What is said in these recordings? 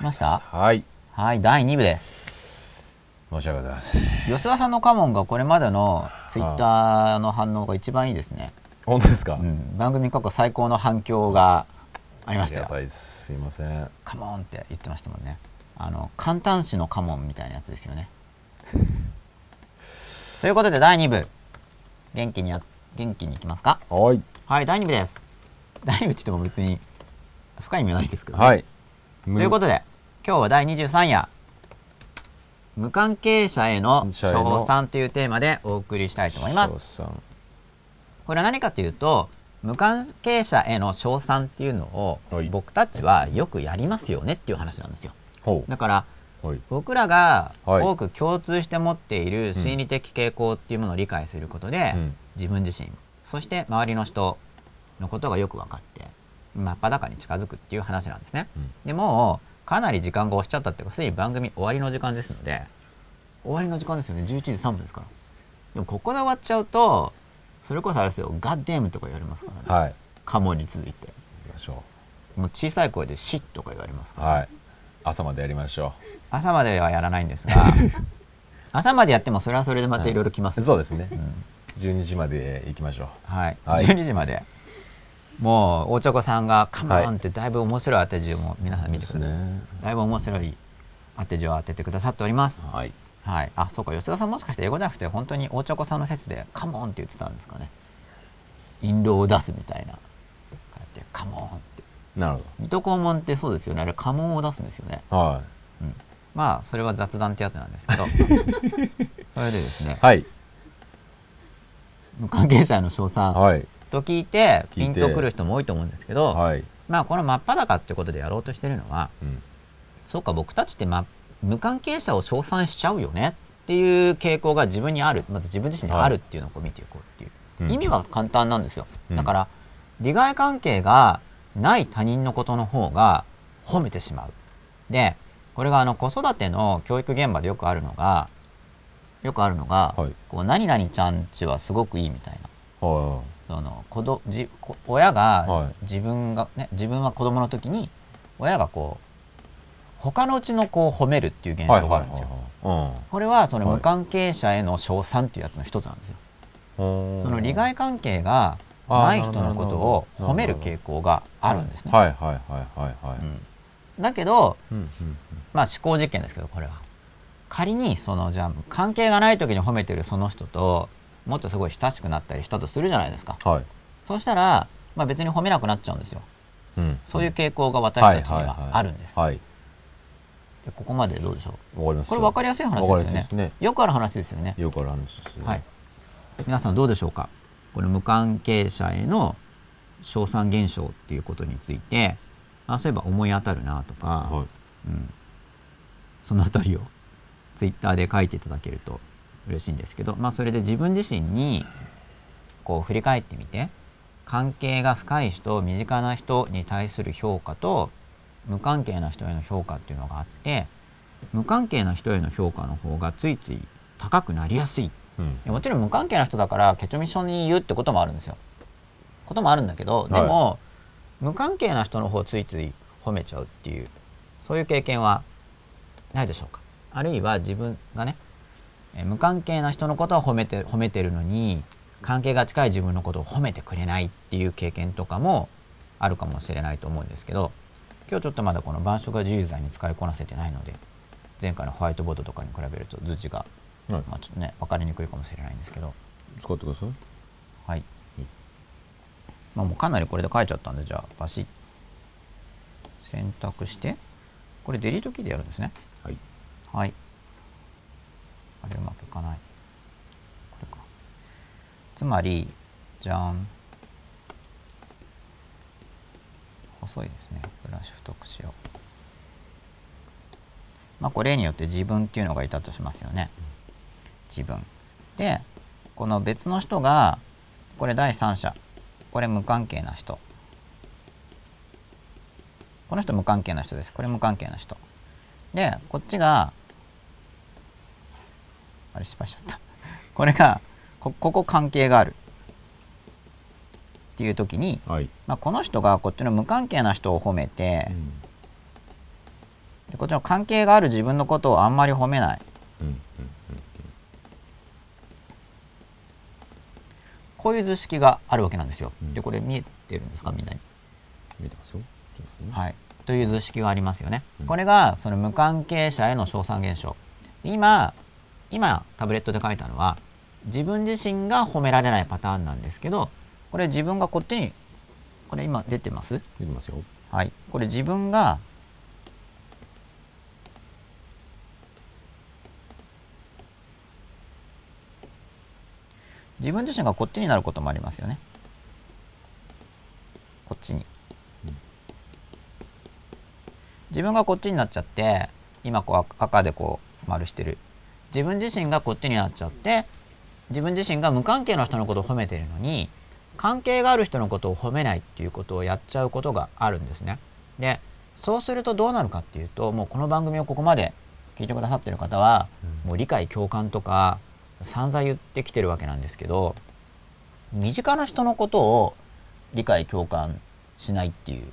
ましたはいはい第2部です申し訳ございません吉田さんのカモンがこれまでのツイッターの反応が一番いいですね、本当ですか、うん、番組過去最高の反響がありまあしりたがよたいですすいませんカモンって言ってましたもんねあの簡単詞のカモンみたいなやつですよねということで第2部元気にや元気にいきますかはいはい第2部です第2部って言っても別に深い意味はないですけどね、はいということで今日は第23夜無関係者への称賛というテーマでお送りしたいと思いますすさんこれは何かというと無関係者への称賛っていうのをはい僕たちはよくやりますよねっていう話なんですよほだからうはい僕らがはい多く共通して持っている心理的傾向っていうものを理解することで、うん自分自身そして周りの人のことがよく分かって真っ裸に近づくっていう話なんですね、うんでもうかなり時間が押しちゃったっていうかすでに番組終わりの時間ですので終わりの時間ですよね11時3分ですからでもここで終わっちゃうとそれこそあれですよ「ガッデーム」とか言われますからね、はいカモに続いて行きましょもう小さい声で「シッ」とか言われますうはい朝までやりましょ朝まではやらないんです が朝までやってもそれはそれでまたいろいろ来ます、うそうですね、12時まで行きましょうはい、はい12時までもう大ちょこさんが「カモン!」ってだいぶ面白い当て字をもう皆さん見てください、そうですねだいぶ面白い当て字を当ててくださっておりますはいはいあそうか吉田さんもしかして英語じゃなくて本当に大ちょこさんの説で「カモン!」って言ってたんですかね印籠を出すみたいなこうやって「カモン!」ってなるほ水戸黄門ってそうですよねあれ家紋を出すんですよねどはうんまあそれは雑談ってやつなんですけ どそれでですねいはい無関係者への称賛はいと聞いて聞ピいンてとくる人も多いと思うんですけど、はい、まあこの真っ裸ってことでやろうとしてるのはうん、そうか僕たちって、ま、無関係者を称賛しちゃうよねっていう傾向が自分にあるまず自分自身にあるっていうのをこう見ていこうっていう、うん意味は簡単なんですよ、うんだから利害関係がない他人のことの方が褒めてしまうでこれがあの子育ての教育現場でよくあるのがよくあるのが、はいこう何々ちゃんちはすごくいいみたいなはその子どじこ親がはい自分が、ね、自分は子供の時に親がこう他のうちの子を褒めるっていう現い象はいはいがあるんですよ。はいこれはそのはい無関係者への称賛っていうやつの一つなんですよ。うんその利害関係がない人のことをあーな褒るほどめる傾向があるんですね。はいはいはいはいはい、うんだけど、うんうんまあ、思考実験ですけどこれは。仮にそのじゃあ関係がない時に褒めてるその人ともっとすごい親しくなったりしたとするじゃないですか。うん、はい、そうしたら、まあ、別に褒めなくなっちゃうんですよ。うん、そういう傾向が私はいたちにはあるんです。はいはいでここまでどうでしょう。わかりますこれ分かりやすい話わかでりやすすよいでね。すねよくある話ですよね。よくある話ですねはい。皆さんどうでしょうか。この無関係者への称賛現象っていうことについて、あそういえば思い当たるなとか、はいうん、そのあたりをツイッターで書いていただけると嬉しいんですけど、まあ、それで自分自身にこう振り返ってみて関係が深い人身近な人に対する評価と無関係な人への評価っていうのがあって無関係な人への評価の方がついつい高くなりやすいうんいやもちろん無関係な人だからケチョミショに言うってこともあるんですよ。こともあるんだけどでも、無関係な人の方をついつい褒めちゃうっていうそういう経験はないでしょうかあるいは自分がねえー無関係な人のことを褒めて褒めてるのに関係が近い自分のことを褒めてくれないっていう経験とかもあるかもしれないと思うんですけど今日ちょっとまだこの晩食が自由罪に使いこなせてないので前回のホワイトボードとかに比べると図字がはいまあ、ちょっとね分かりにくいかもしれないんですけど使ってくださいはい、まあ、もうかなりこれで書いちゃったんでじゃあバシッ選択してこれデリートキーでやるんですねはいはいあれうまくいかないこれかつまりじゃん細いですねブラシ太くしようまあこれによって自分っていうのがいたとしますよね自分でこの別の人がこれ第三者これ無関係な人この人無関係な人ですこれ無関係な人でこっちがあれ失敗しちゃったこれがこここ関係があるっていう時に、はいまあ、この人がこっちの無関係な人を褒めて、でこっちの関係がある自分のことをあんまり褒めないうんこういう図式があるわけなんですよ。でこれ見えてるんですかみんなに。見てますよ。ちょっとねはい、という図式がありますよね。うんこれがその無関係者への称賛現象。で今今タブレットで書いたのは自分自身が褒められないパターンなんですけどこれ自分がこっちにこれ今出てます見てますよ。はい、これ自分が自分自身がこっちになることもありますよね。こっちに。自分がこっちになっちゃって今こう赤でこう丸してる自分自身がこっちになっちゃって自分自身が無関係の人のことを褒めてるのに関係がある人のことを褒めないっていうことをやっちゃうことがあるんですね。でそうするとどうなるかっていうともうこの番組をここまで聞いてくださってる方は、もう理解共感とか散々言ってきてるわけなんですけど身近な人のことを理解共感しないっていう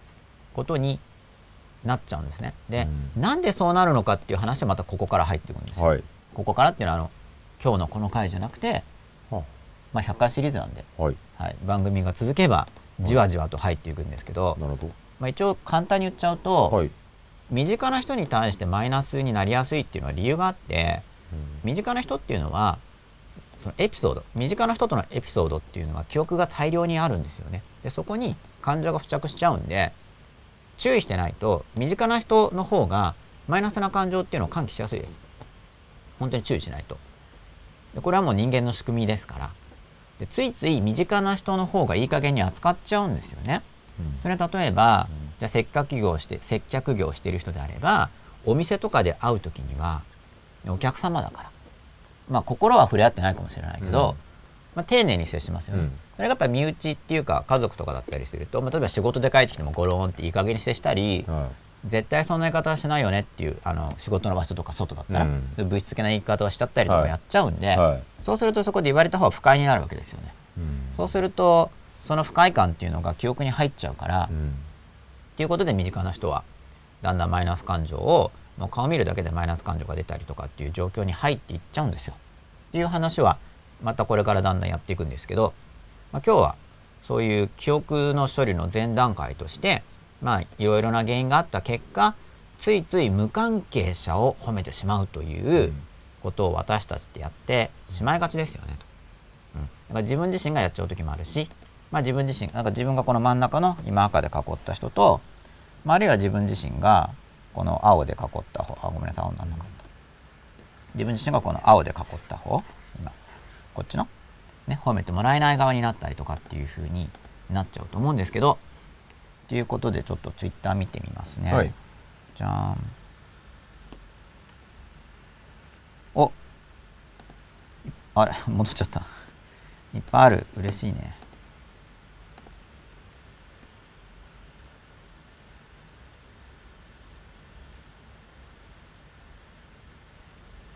ことになっちゃうんですね。で、なんでそうなるのかっていう話はまたここから入っていくんですよ。はい。ここからっていうのはあの今日のこの回じゃなくて、はまあ、100回シリーズなんで、あはい。はい、番組が続けばじわじわと入っていくんですけど、なるほまあ、一応簡単に言っちゃうと、ど。はい。身近な人に対してマイナスになりやすいっていうのは理由があってうん身近な人っていうのはそのエピソード身近な人とのエピソードっていうのは記憶が大量にあるんですよね。でそこに感情が付着しちゃうんで注意してないと身近な人の方がマイナスな感情っていうのを喚起しやすいです。本当に注意しないと。でこれはもう人間の仕組みですからでついつい身近な人の方がいい加減に扱っちゃうんですよね。それは例えば、うんじゃあ接客業をして接客業をしている人であればお店とかで会う時にはお客様だから、まあ、心は触れ合ってないかもしれないけど、うんまあ、丁寧に接しますよね、うんそれがやっぱり身内っていうか家族とかだったりすると、まあ、例えば仕事で帰ってきてもゴローンっていい加減に接したり、は絶対そんな言い方はしないよねっていうあの仕事の場所とか外だったら、うんそういう物質的な言い方をしちゃったりとかはいやっちゃうんで、い。はい。そうするとそこで言われた方が不快になるわけですよね。そうするとその不快感っていうのが記憶に入っちゃうから、うん。うんっていうことで身近な人はだんだんマイナス感情をもう顔見るだけでマイナス感情が出たりとかっていう状況に入っていっちゃうんですよ。っていう話はまたこれからだんだんやっていくんですけど、まあ、今日はそういう記憶の処理の前段階としてまあいろいろな原因があった結果ついつい無関係者を褒めてしまうということを私たちってやってしまいがちですよねと。うん、だから自分自身がやっちゃう時もあるし、まあ、自分自身なんか自分がこの真ん中の今赤で囲った人と、まあ、あるいは自分自身がこの青で囲った方あごめんなさい青になんなかった自分自身がこの青で囲った方今こっちの、ね、褒めてもらえない側になったりとかっていう風になっちゃうと思うんですけどということでちょっとツイッター見てみますね。はいじゃーんおあれ 戻っちゃったいっぱいある嬉しいね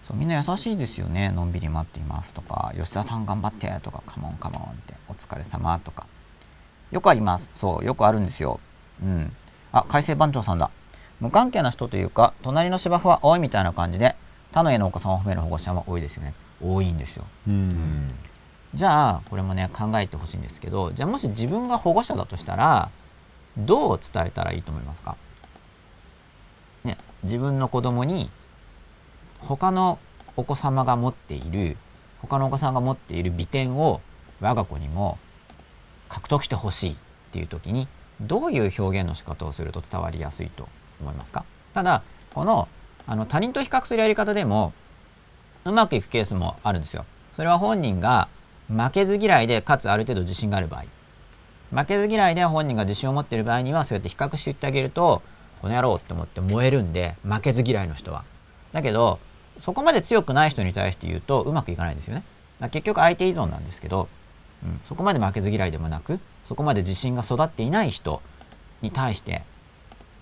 そうみんな優しいですよねのんびり待っていますとか吉田さん頑張ってとかカモンカモンってお疲れ様とかよくありますそうよくあるんですようんあ改正番長さんだ無関係な人というか隣の芝生は青いみたいな感じで他の家のお子さんを褒める保護者も多いですよね多いんですようん。じゃあこれもね考えてほしいんですけどじゃあもし自分が保護者だとしたらどう伝えたらいいと思いますか、ね、自分の子供に他のお子様が持っている他のお子さんが持っている美点を我が子にも獲得してほしいっていう時にどういう表現の仕方をすると伝わりやすいと思いますかただこのあの他人と比較するやり方でもうまくいくケースもあるんですよ。それは本人が負けず嫌いでかつある程度自信がある場合負けず嫌いで本人が自信を持っている場合にはそうやって比較して言ってあげるとこの野郎って思って燃えるんで負けず嫌いの人は。だけどそこまで強くない人に対して言うとうまくいかないんですよね。だから結局相手依存なんですけど、うん、そこまで負けず嫌いでもなくそこまで自信が育っていない人に対して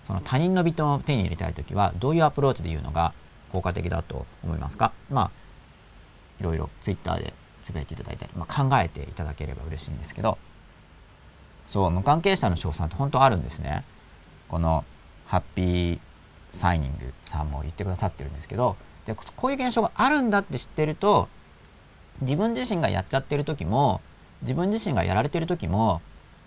その他人のビトンを手に入れたい時はどういうアプローチで言うのが効果的だと思いますかまあいろいろツイッターでつぶやいていただいたり、まあ、考えていただければ嬉しいんですけどそう無関係者の称賛って本当あるんですねこのハッピーサイニングさんも言ってくださってるんですけどでこういう現象があるんだって知ってると自分自身がやっちゃってる時も自分自身がやられてる時も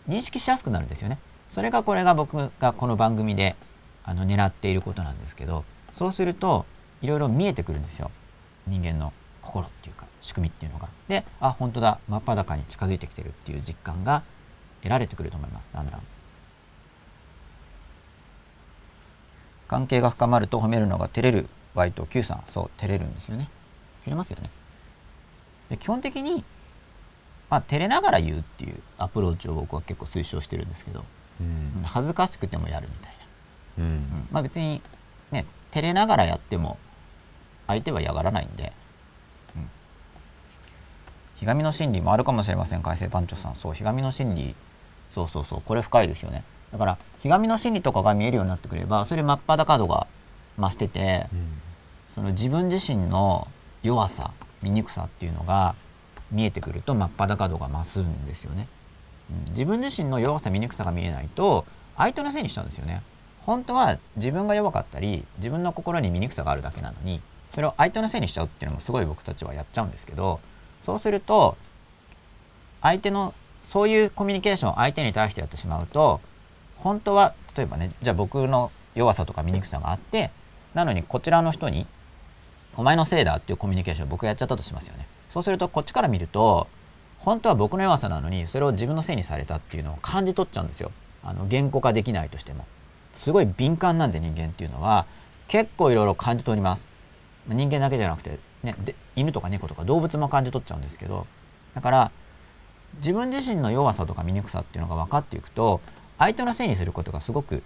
認識しやすくなるんですよね。それがこれが僕がこの番組であの狙っていることなんですけどそうするといろいろ見えてくるんですよ人間の心っていうか仕組みっていうのが。であ本当だ真っ裸に近づいてきてるっていう実感が得られてくると思いますだんだん。関係が深まると褒めるのが照れる Y と Q さんそう照れるんですよね照れますよねで基本的にまあ照れながら言うっていうアプローチを僕は結構推奨してるんですけど、うん恥ずかしくてもやるみたいうんな、うんまあ別にね照れながらやっても相手は嫌がらないんで、うん、ひがみの心理もあるかもしれません改正番長さんそうひがみの心理そうそうそうこれ深いですよねだからひがみの心理とかが見えるようになってくればそれ真っ裸度が増してて、うんその自分自身の弱さ醜さっていうのが見えてくると真っ裸度が増すんですよね、うん自分自身の弱さ醜さが見えないと相手のせいにしちゃうんですよね本当は自分が弱かったり自分の心に醜さがあるだけなのにそれを相手のせいにしちゃうっていうのもすごい僕たちはやっちゃうんですけどそうすると相手のそういうコミュニケーションを相手に対してやってしまうと本当は例えばねじゃあ僕の弱さとか醜さがあってなのにこちらの人に「お前のせいだ」っていうコミュニケーションを僕がやっちゃったとしますよね。そうするとこっちから見ると本当は僕の弱さなのにそれを自分のせいにされたっていうのを感じ取っちゃうんですよ。あの言語化できないとしても。すごい敏感なんで人間っていうのは結構いろいろ感じ取ります。まあ人間だけじゃなくて、ね、で犬とか猫とか動物も感じ取っちゃうんですけどだから自分自身の弱さとか醜さっていうのが分かっていくと相手のせいにすることがすごく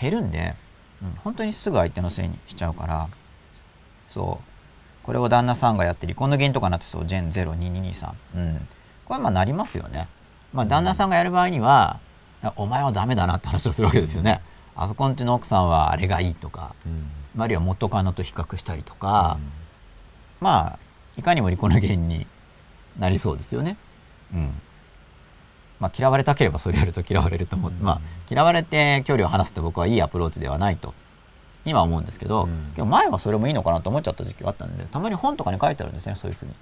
減るんで、うん、本当にすぐ相手のせいにしちゃうからそうこれを旦那さんがやって離婚の原因とかになってそうジェン022223、うん、これまあなりますよね、まあ、旦那さんがやる場合には、お前はダメだなって話をするわけですよね、あそこんちの奥さんはあれがいいとか、うんあるいは元カノと比較したりとか、まあいかにも離婚の原因になりそうですよね。うんまあ、嫌われたければそれやると嫌われると思う、うんまあ、嫌われて距離を離すって僕はいいアプローチではないと今は思うんですけど、うんけど前はそれもいいのかなと思っちゃった時期があったんでたまに本とかに書いてあるんですねそういうふうに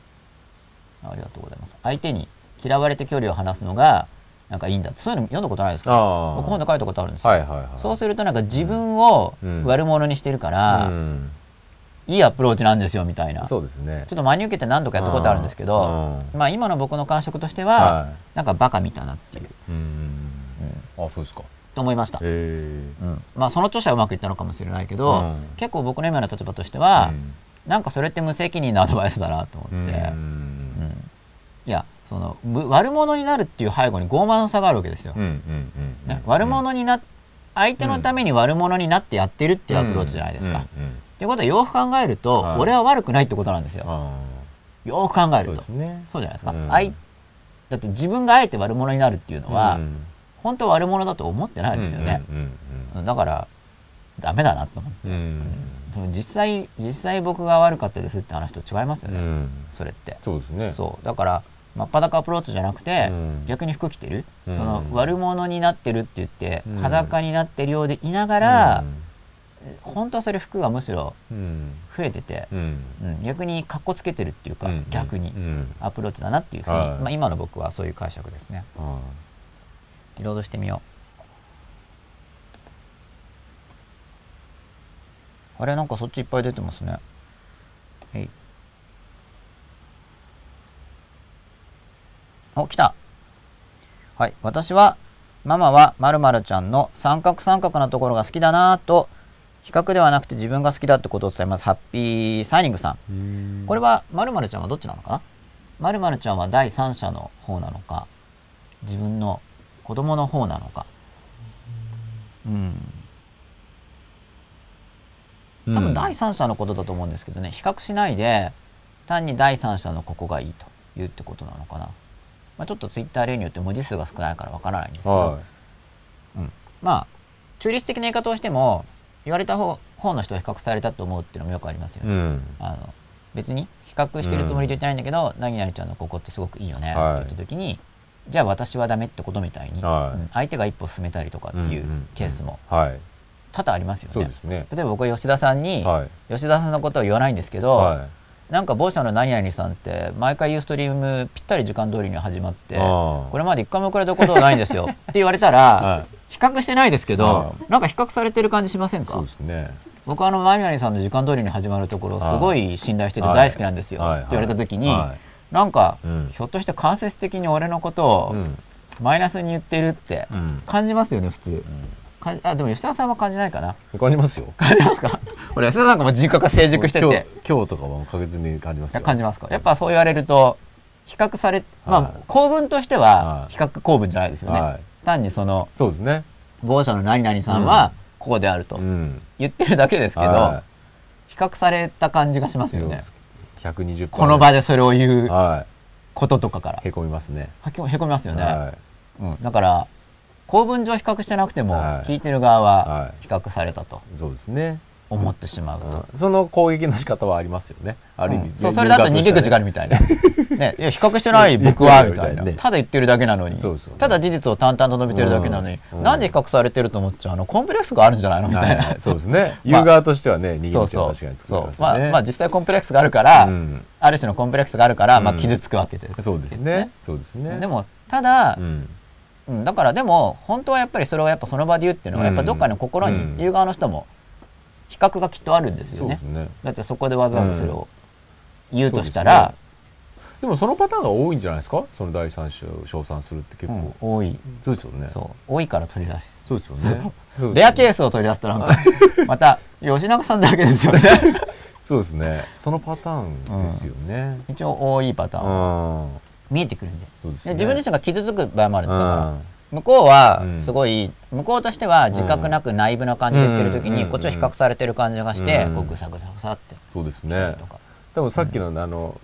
ありがとうございます相手に嫌われて距離を離すのがなんかいいんだってそういうの読んだことないですかああ僕本で書いたことあるんですよ、はいはいはいそうするとなんか自分をうん悪者にしてるかうら、んいいアプローチなんですよみたいなそうですねちょっと真に受けて何度かやったことあるんですけど、うんまあ今の僕の感触としては、はいなんかバカ見たなっていう、うんうんあそうですかと思いました。ええうん、まあその著者はうまくいったのかもしれないけど、うん結構僕の今の立場としては、なんかそれって無責任なアドバイスだなと思うっんて、ううんんいやそのむ悪者になるっていう背後に傲慢さがあるわけですよ。うんうんうんね悪者にな相手のために悪者になってやってるっていうアプローチじゃないですか。っうんうんうんてことはよく考えると、はい俺は悪くないってことなんですよ。あよく考えあるとそうですねそうじゃないですか、うんあいだって自分があえて悪者になるっていうのは、うん本当は悪者だと思ってないですよね、うんうんだからダメだなと思ってうんその実際実際僕が悪かったですって話と違いますようんうね、んそれってそうですねそうだから真っ裸アプローチじゃなくて、うん逆に服着てる、うんその悪者になってるって言って、うん裸になってるようでいなが、から本当はそれ服がむしろうん増えてて、うんうん逆にかっこつけてるっていうか、うん逆にうんアプローチだなっていうふうに、はいまあ、今の僕はそういう解釈ですね。あリロードしてみようあれなんかそっちいっぱい出てますねはいお来たはい私はママはまるまるちゃんの三角三角なところが好きだなぁと比較ではなくて自分が好きだってことを伝えますハッピーサイニングさんあうんこれはまるまるちゃんはどっちなのかなまるまるちゃんは第三者の方なのか自分の子供の方なのかうんうん多分第三者のことだと思うんですけどね、比較しないで単に第三者のここがいいと言うってことなのかな、まあ、ちょっとツイッター例によって文字数が少ないからわからないんですけど、はうん、まあ中立的な言い方をしても言われた方方の人を比較されたと思うっていうのもよくありますよいね、うんあの別に比較してるつもりで言ってないんだけど、何々ちゃんのここってすごくいいよねってはい言った時に、じゃあ私はダメってことみたいに、はいうん相手が一歩進めたりとかっていうケースもはい多々ありますよそうねで。すね。例えば僕は吉田さんに、はい吉田さんのことを言わないんですけど、はなんか某社の何々さんって毎回ユーストリームぴったり時間通りに始まってあーこれまで一回も遅れたことないんですよって言われたら、 は比較してないですけどはなんか比較されてる感じしませんい。そうかですね。僕はあの何々さんの時間通りに始まるところすごい信頼しててはい大好きなんですよはいって言われた時に、はなんか、うんひょっとして間接的に俺のこといをうんマイナスに言ってるってうん感じますよね普通。かんあでも吉田さんは感じないかな。 感じますよ。感じますか俺吉田さんなんかもう人格が成熟してて。今日今日とかは確実に感じますよ。感じますかやっぱそう言われると比較され、はまあい構文としてははい比較構文じゃないですよね、はい単にそのそうですね。某社の何々さんはこうであるとうん。言ってるだけですけど、は比較された感じがしますいよね百二十。この場でそれを言うはこととかからい。へこみますね。はきへこみますよね、はうん、だから構文上比較してなくてもはい聞いてる側ははい比較されたとい。そうですね。思ってしまうと、うんその攻撃の仕方はありますよね。ある意うん味。そうそれだと逃げ口がある。るみたいな、ね、いや比較してない僕はねみたいなねただ言ってるだけなのにそうそうただ事実を淡々と述べてるだけなのに、うんなんで比較されてると思っちゃうのコンプレックスがあるんじゃないのみたいな、はいそうですね。 まあユーガーとしてはね、逃げそう口そはう確かに作りそまうすよまあね。まあ実際コンプレックスがあるから、うんある種のコンプレックスがあるから、まあ、うん傷つくわけです、そうですね。そうですね。でもただう、ん、うんだからでも本当はやっぱりそれをやっぱその場で言うっていうのはうやんっぱどっかの心うんに言う側の人も比較がきっとあるんですそようでねす。ね。だってそこでわざわざそれを言うとしたら、でもそのパターンが多いんじゃないですか。その第三者を称賛するって結うん構。多いそうですよね。そう多いから取り出すそうですよね。そうですレアケースを取り出すと なんかまた吉永さんだけですよねそうですね。そのパターンですよね。一応多いパタうーンん。見えてくるんでそうですでね。自分自身が傷つく場合もあるんですだからうん向こうはうんすごい向こうとしては自覚なく内部な感じで言ってる時うにんこっちは比較されてる感じがしてうんこうぐさぐさぐさってそうです来たねり。とかでもさっきのあの、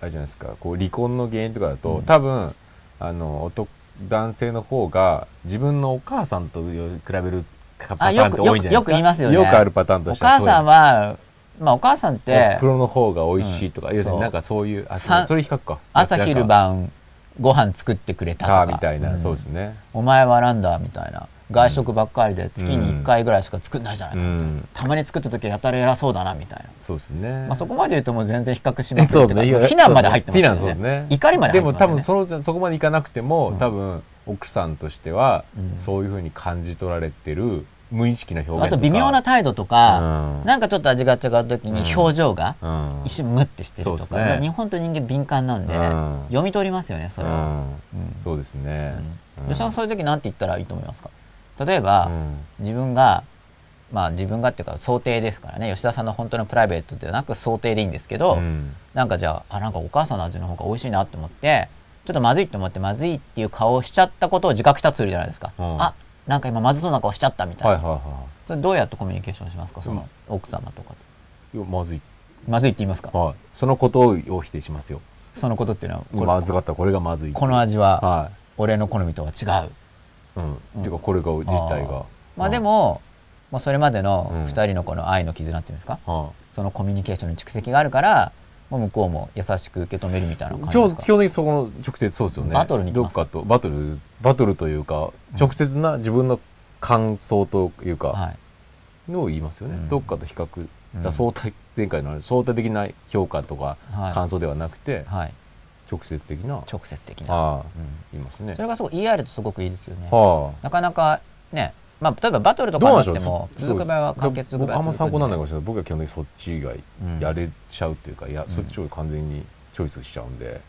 あれじゃないですかこう離婚の原因とかだと、多分あの男男性の方が自分のお母さんとよ比べるかパターンって多いんじゃないですかよくよく言いますよねくあるパターンとおしては母そうやさんはまあお母さんっおて袋の方が美味しいとか、うん要するそうになんかそういうあさんそれ比較か朝昼晩ご飯作ってくれたかとかみたいな、うんそうですねお前はなんだみたいな外食ばっかりで月に1回ぐらいしか作んないじゃないうか、んたまに作った時はやたら偉そうだなみたいな、そうですね、まあ、そこまで言うともう全然比較しまくるってねいうか非難まで入ってますよね非難そうですね怒りまで入ってますでよもね多分そのそこまでいかなくても、ん多分奥さんとしては、うんそういうふうに感じ取られてる無意識な表現とかあと微妙な態度とか、うんなんかちょっと味が違う時に表情がうん一瞬ムッてしてるとそうか,、ですね日本と人間敏感なんで、うん読み取りますよねそれは、うんそうですねうん吉田さんそういう時なんて言ったらいいと思いますか例えば、うん自分がまあ自分がっていうか想定ですからね吉田さんの本当のプライベートではなく想定でいいんですけど、うんなんかじゃああなんかお母さんの味の方が美味しいなって思ってちょっとまずいと思ってまずいっていう顔をしちゃったことを自覚したとするじゃないですか、うんあなんか今まずそうな顔しちゃったみたいはな、いはいはそれどうやってコミュニケーションしますかその奥様とかといいやまずいまずいって言いますかはいそのことを否定しますよそのことっていうのはこれまずかったこれがまずいこの味はは俺の好みとは違ういうんていうかこれが実態あーがまあではも、まあ、それまでのうん2人のこの愛の絆っていうんですか、いはいそのコミュニケーションの蓄積があるからもう向こうも優しく受け止めるみたいな感基じで本す基か本的にそこの直接そうですよねバトルに行きどまっすかかとバトルバトルというか直接な自分の感想というかはいのを言いますよね、うんどっかと比較、だかうらん相対前回のあれ相対的な評価とかはい感想ではなくて、はい、直接的な直接的な、ああうんいますねそれがすごい ER とすごくいいですよね。はあなかなかね、まあ、例えばバトルとどかにうななんでっしょうてもそ続く場合はそう完結す僕る場合あはんま続参く考になでらないかもしれない僕は基本的にそっち以外うんやれちゃうっていうか、いやうんそっちを完全にチョイスしちゃうんで、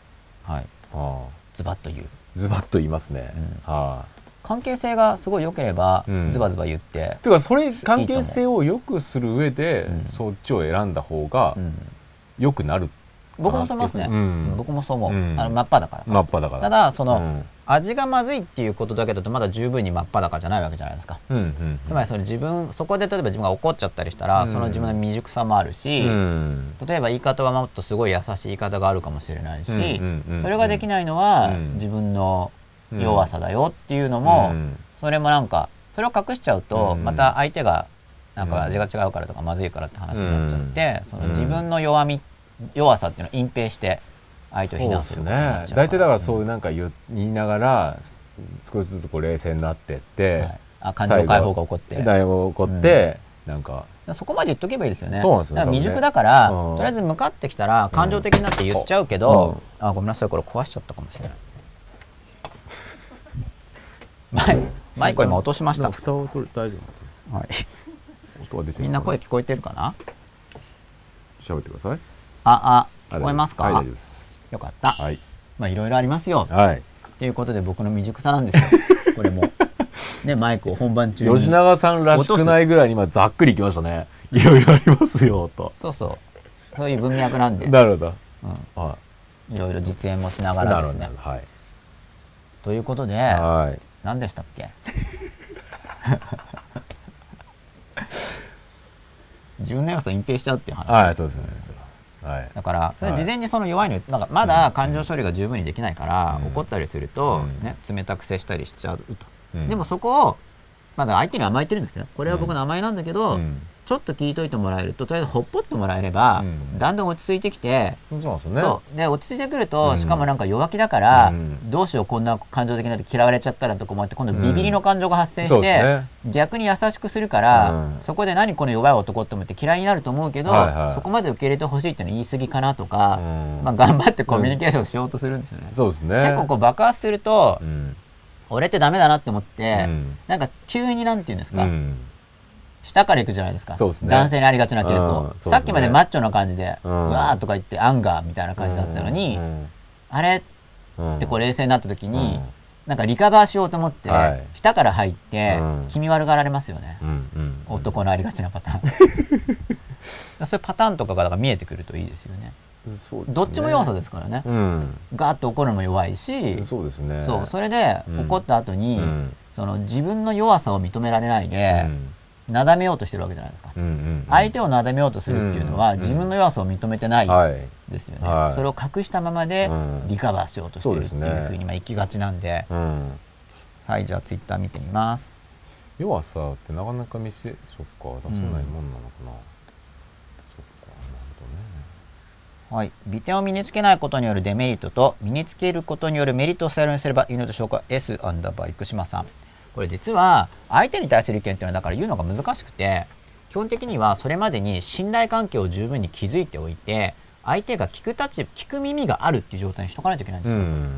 はい、はあズバッと言うズバッと言いますね、うんはあ関係性がすごい良ければ、うんズバズバ言って、ていうかそれ関係性を良くする上でうんそっちを選んだ方がうん良くなる僕もそう思いますね、うん僕もそう思う、うんあの真っ裸だから、真っ裸だただその、うん味がまずいっていうことだけだとまだ十分に真っ裸じゃないわけじゃないですかうんうんつまりその自分そこで例えば自分が怒っちゃったりしたら、うんその自分の未熟さもあるし、うん例えば言い方はもっとすごい優しい言い方があるかもしれないし、うんうんうんうんそれができないのは、うん自分の弱さだよっていうのも、うんそれもなんかそれを隠しちゃうと、うんまた相手がなんうんか味が違うからとかまずいからって話になっちゃって、うんその自分の弱み弱さっていうのを隠蔽して相手をそ非う難ですすることになねっちゃう大体だからそうういうなんか言う言いながら少しずつこう冷静になってって、んはいあ感情解放が起こってだいぶ怒って、なんかそこまで言っとけばいいですよねそうなんですよだから未熟だ多分ねから、うんとりあえず向かってきたら感情的になって言っちゃうけど、あごめんなさいこれ壊しちゃったかもしれない マイマイクを今落としました、なんはか蓋を取る大丈い、夫音が出てるみんな声聞こえてるかな喋ってくださいあああ聞こえますか、大丈夫ですよかった、はいまあいろいろありますよはいっていうことで僕の未熟さなん ですよこれもねマイクを本番中に吉永さんらしくないぐらいに今ざっくりいきましたねいろいろありますよとそうそうそういう文脈なんで、なるほどうはん、いろいろ実演もしないがならるでほすどなねるほどはいということで、はい何でしたっ け自分の弱さを隠蔽しちゃうっていう話、はいそうですねそうですねはいだからそれはい事前にその弱いのなんかまだ感情処理が十分にできないから、うん怒ったりすると、うんね、冷たく接したりしちゃうと、うんでもそこをまだ相手に甘えてるんだけどねこれは僕の甘えなんだけど、うんちょっと聞いといてもらえるととりあえずほっぽってもらえれば、うんだんだん落ち着いてきてそうなんですよねそうで落ち着いてくると、うんしかもなんか弱気だから、うんどうしようこんな感情的になって嫌われちゃったらとか思って今度うんビビりの感情が発生そしうでて、すね逆に優しくするから、うんそこで何この弱い男って思って嫌いになると思うけど、はいはいそこまで受け入れてほしいっていうのは言い過ぎかなとか、うんまあ、頑張ってコミュニケーションしようとするんですよね。そうですね結構こう爆発すると、うん俺ってダメだなって思って、うんなんか急になんて言うんですうか、ん下から行くじゃないですかそうですね男性にありがちな傾向、うんそうですねさっきまでマッチョな感じで、ううんわーとか言ってアンガーみたいな感じだったのに、うんあれうんってこう冷静になった時に、うんなんかリカバーしようと思って、はい下から入って、うん気味悪がられますよねう、んうん男のありがちなパター ンそういうパターンとかがだから見えてくるといいですよねそうですねどっちも弱さですからね、うんガーッと怒るのも弱いしそうですねそうそれでうん怒った後に、うんその自分の弱さを認められないで、なだめようとしてるわけじゃないですか、うんうんうん相手をなだめようとするっていうのは、うん自分の弱さを認めてないはいですよね、はいそれを隠したままでうんリカバーしようとしてるってそうでいすうねふうにまあ行きがちなんで、うんはいじゃあツイッター見てみます弱さってなかなか見せそっか出せないもんなのかな、そっかなるほどねはい美点を身につけないことによるデメリットと身につけることによるメリットを伝えるようにすればいいのでしょうか S アンダーバー生島さんこれ実は相手に対する意見っていうのはだから言うのが難しくて基本的にはそれまでに信頼関係を十分に築いておいて相手が聞く立ち聞く耳があるっていう状態にしとかないといけないんでうすよ、ん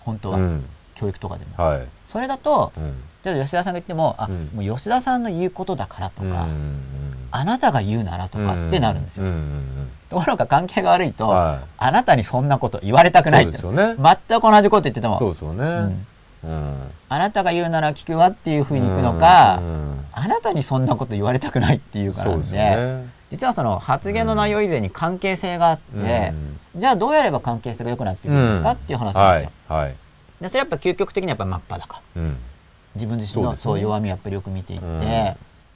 本当うは、ん教育とかでも、はいそれだとうんじゃあ吉田さんが言ってもあ、うんもう吉田さんの言うことだからとうんか、うんあなたが言うならとかってなるんですよ、うんうんところが関係が悪いと、うんはあなたにそんなこと言われたくないってそうですよね全く同じこと言ってていもそうですよねうんあなたが言うなら聞くわっていうふうにいくのか、うんあなたにそんなこと言われたくないっていうからそなうんでですよね実はその発言の内容以前に関係性があってう、んじゃあどうやれば関係性が良くなっていくんですか、うんっていう話なんはですよい。はいでそれやっぱ究極的にやっぱ真っ裸うん自分自身そうのですねそう弱みをやっぱりよく見ていって、うん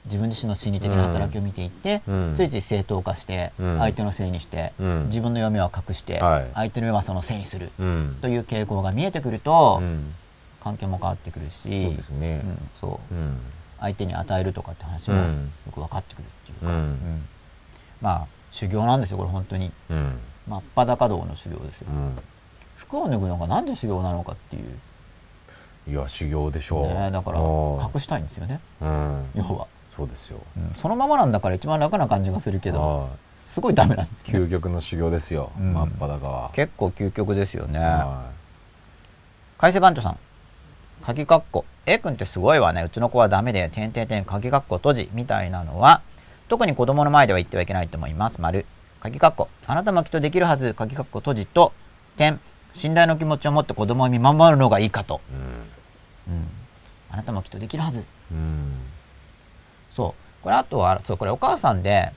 自分自身の心理的な働きを見ていって、うんついつい正当化して、うん相手のせいにして、うん自分の弱みは隠して、はい相手の弱さのせいにするうんという傾向が見えてくると、うん関係も変わってくるしそうですねうんそううん相手に与えるとかって話もうよんく分かってくるっていううか、んうんまあ修行なんですよこれ本当にうん真っ裸道の修行ですよ、うん服を脱ぐのがなんで修行なのかっていう、いや修行でしょうね、だからうん隠したいんですよねうん要は。そうですようんそのままなんだから一番楽な感じがするけどはいすごいダメなんですけど究極の修行ですよ、うん真っ裸は。結構究極ですよねは改正番長さん鍵括弧 A 君ってすごいわねうちの子はダメで点点点鍵括弧閉じみたいなのは特に子供の前では言ってはいけないと思います丸鍵括弧あなたもきっとできるはず鍵括弧閉じと点信頼の気持ちを持って子供を見守るのがいいかと、いうんうんあなたもきっとできるはずうんそうこれあとはそうこれお母さんで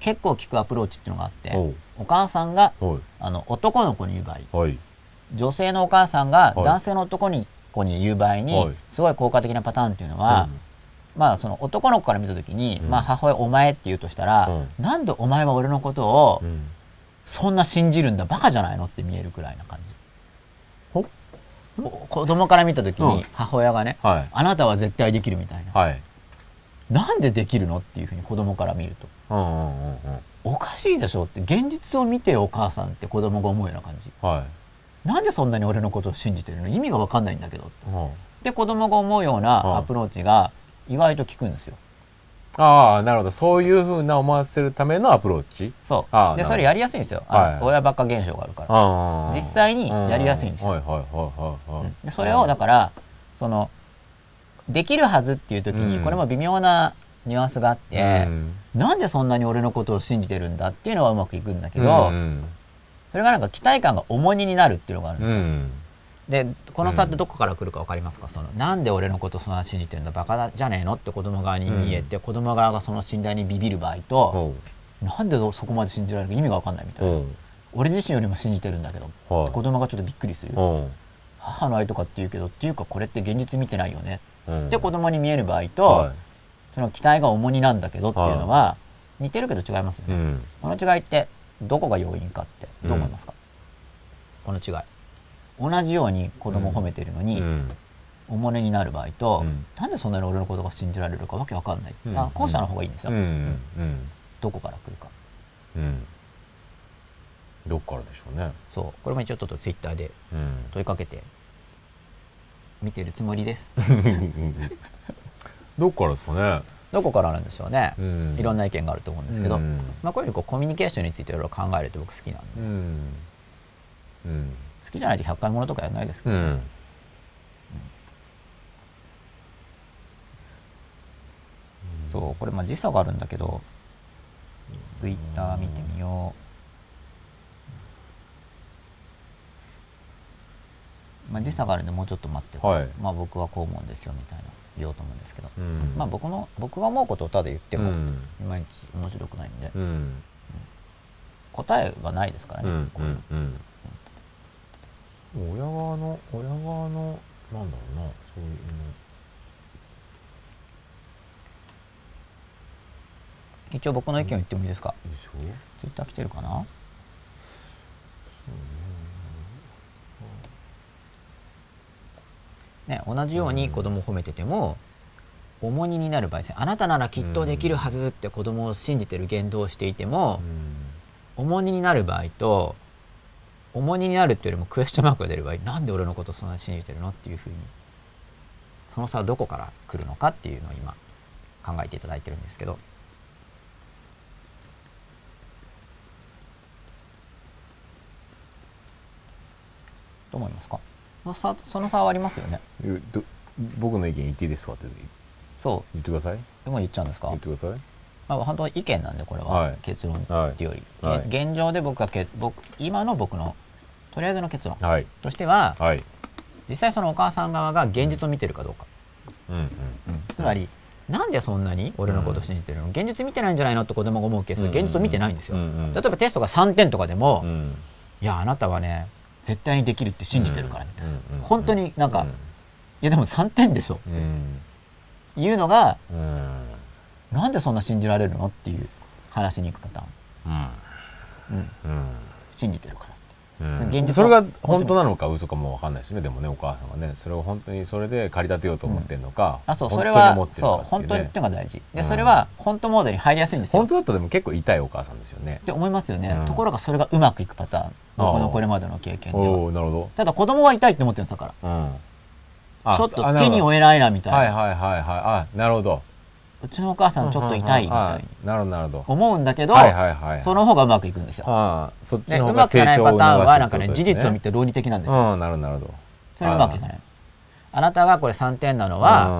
結構聞くアプローチっていうのがあっておうお母さんがはあの男の子に言う場合いはい女性のお母さんがはい男性の男に子に言う場合に、はいすごい効果的なパターンっていうのは、まあその男の子から見た時に、うんまあ、母親「お前」って言うとしたら、うなんでお前は俺のことをうんうんそんな信じるんだバカじゃないのって見えるくらいな感じほお子供から見た時うんに母親がね、はいあなたは絶対できるみたいな、はいなんでできるのっていうふうに子供から見るとうんうんうんうんおかしいでしょって現実を見てよお母さんって子供が思うような感じはなんでそんなに俺のことを信じてるの意味が分かんないんだけどいで子供が思うようなアプローチが意外と効くんですよ。ああなるほどそういうふうな思わせるためのアプローチそうあでなるほどそれやりやすいんですよ、あのはい親バカ現象があるから。ああ実際にやりやすいんですようはいはいはいはいはい、でそれをだからそのできるはずっていう時にうんこれも微妙なニュアンスがあって、うんなんでそんなに俺のことを信じてるんだっていうのはうまくいくんだけど、うんそれがなんか期待感が重荷になるっていうのがあるんうですよ。んでこの差ってどこから来るか分かりますかそのなんで俺のことそんな信じてるんだバカじゃねえのって子供側に見えて、子供側がその信頼にビビる場合と、おうなんでそこまで信じられるか意味が分かんないみたいな、おう俺自身よりも信じてるんだけど、はい子供がちょっとびっくりする、おう母の愛とかって言うけどっていうかこれって現実見てないよねうんって子供に見える場合と、はその期待が重荷なんだけどっていうのは、似てるけど違いますよい、うね、んこの違いってどこが要因かってどう思いますか、この違い同じように子供を褒めてるのに、うん重荷になる場合と、うんなんでそんなに俺のことが信じられるかわけわかんない、うんあ後者の方がいいんですよ、うんうんどこから来るかうんどっからでしょうねそうこれも一応ちょっとツイッターでうん問いかけて見てるつもりですどっからですかね、どこからなんでしょうね、うん、いろんなな意見があると思うんですけど、うんまあ、こういうふうにこうコミュニケーションについていろいろ考えるって僕好きなんでうんうん好きじゃないと100回ものとかやらないですけうど、んそうこれまあ時差があるんだけどツイッター見てみよう、まあ、時差があるんでもうちょっと待って、はいまあ、僕はこう思うんですよみたいな言おうと思うんですけど、うんまあ僕の僕が思うことをただ言っても、うんいまいち面白くないんで、うん答えはないですからうね、んこうれんうん親側の親側のなんだろうなそういう一応僕の意見を言ってもいいですか、のでしょツイッター来てるかなね、同じように子供を褒めてても重荷になる場合ですねあなたならきっとできるはずって子供を信じてる言動をしていても重荷になる場合と重荷になるっていうよりもクエスチョンマークが出る場合なんで俺のことそんなに信じてるのっていうふうにその差はどこから来るのかっていうのを今考えていただいてるんですけどどう思いますかその差その差はありますよねうんえど僕の意見言っていいですかってそう言ってくださいでも言っちゃうんですか言ってくださいまあ、本当意見なんでこれは、はい結論っていうより、けはい現状で僕がけ僕今の僕のとりあえずの結論はいとしては、はい実際そのお母さん側が現実を見てるかどうか、うんうんつまりなんでそんなに俺のことを信じてるの、現実見てないんじゃないのって子供が思うケースうんはうんうん現実を見てないんですよ、うんうん例えばテストが3点とかでも、ういんやあなたはね絶対にできるって信じてるからみたいな、うんうん本当になんか、うんいやでも3点でしょうんうんいうのがうんなんでそんな信じられるのっていう話に行くパターン、うん、うん信じてるからうんその現実はそれが本当なのか嘘かもわかんないですねでもねお母さんがねそれを本当にそれで駆り立てようと思ってるのか、あそうそれ本当はに思ってるのそうかっ本て当いにうっねていうのが大事でうんそれは本当モードに入りやすいんですよ本っ当だったらでも結構痛いお母さんですよねて思いますよね、うんところがそれがうまくいくパターン僕あのあこれまでの経験ではおおなるほただ子供は痛いって思ってるんですだからどうんあちょっとあなる手ほどに負えないなみたいな、はいはいはいはいあなるほどうちのお母さんちょっと痛いみたいになるほどなるほど思うんだけど、はいはいはいはいその方がうまくいくんですよ、ああそっちでのう方まがくいか成ない長パを促すターってことです、ね、ンはなんかね事実を見て論理的なんですよ、うんなるほどなるほどそれはうまくいかないあなたがこれ3点なのは、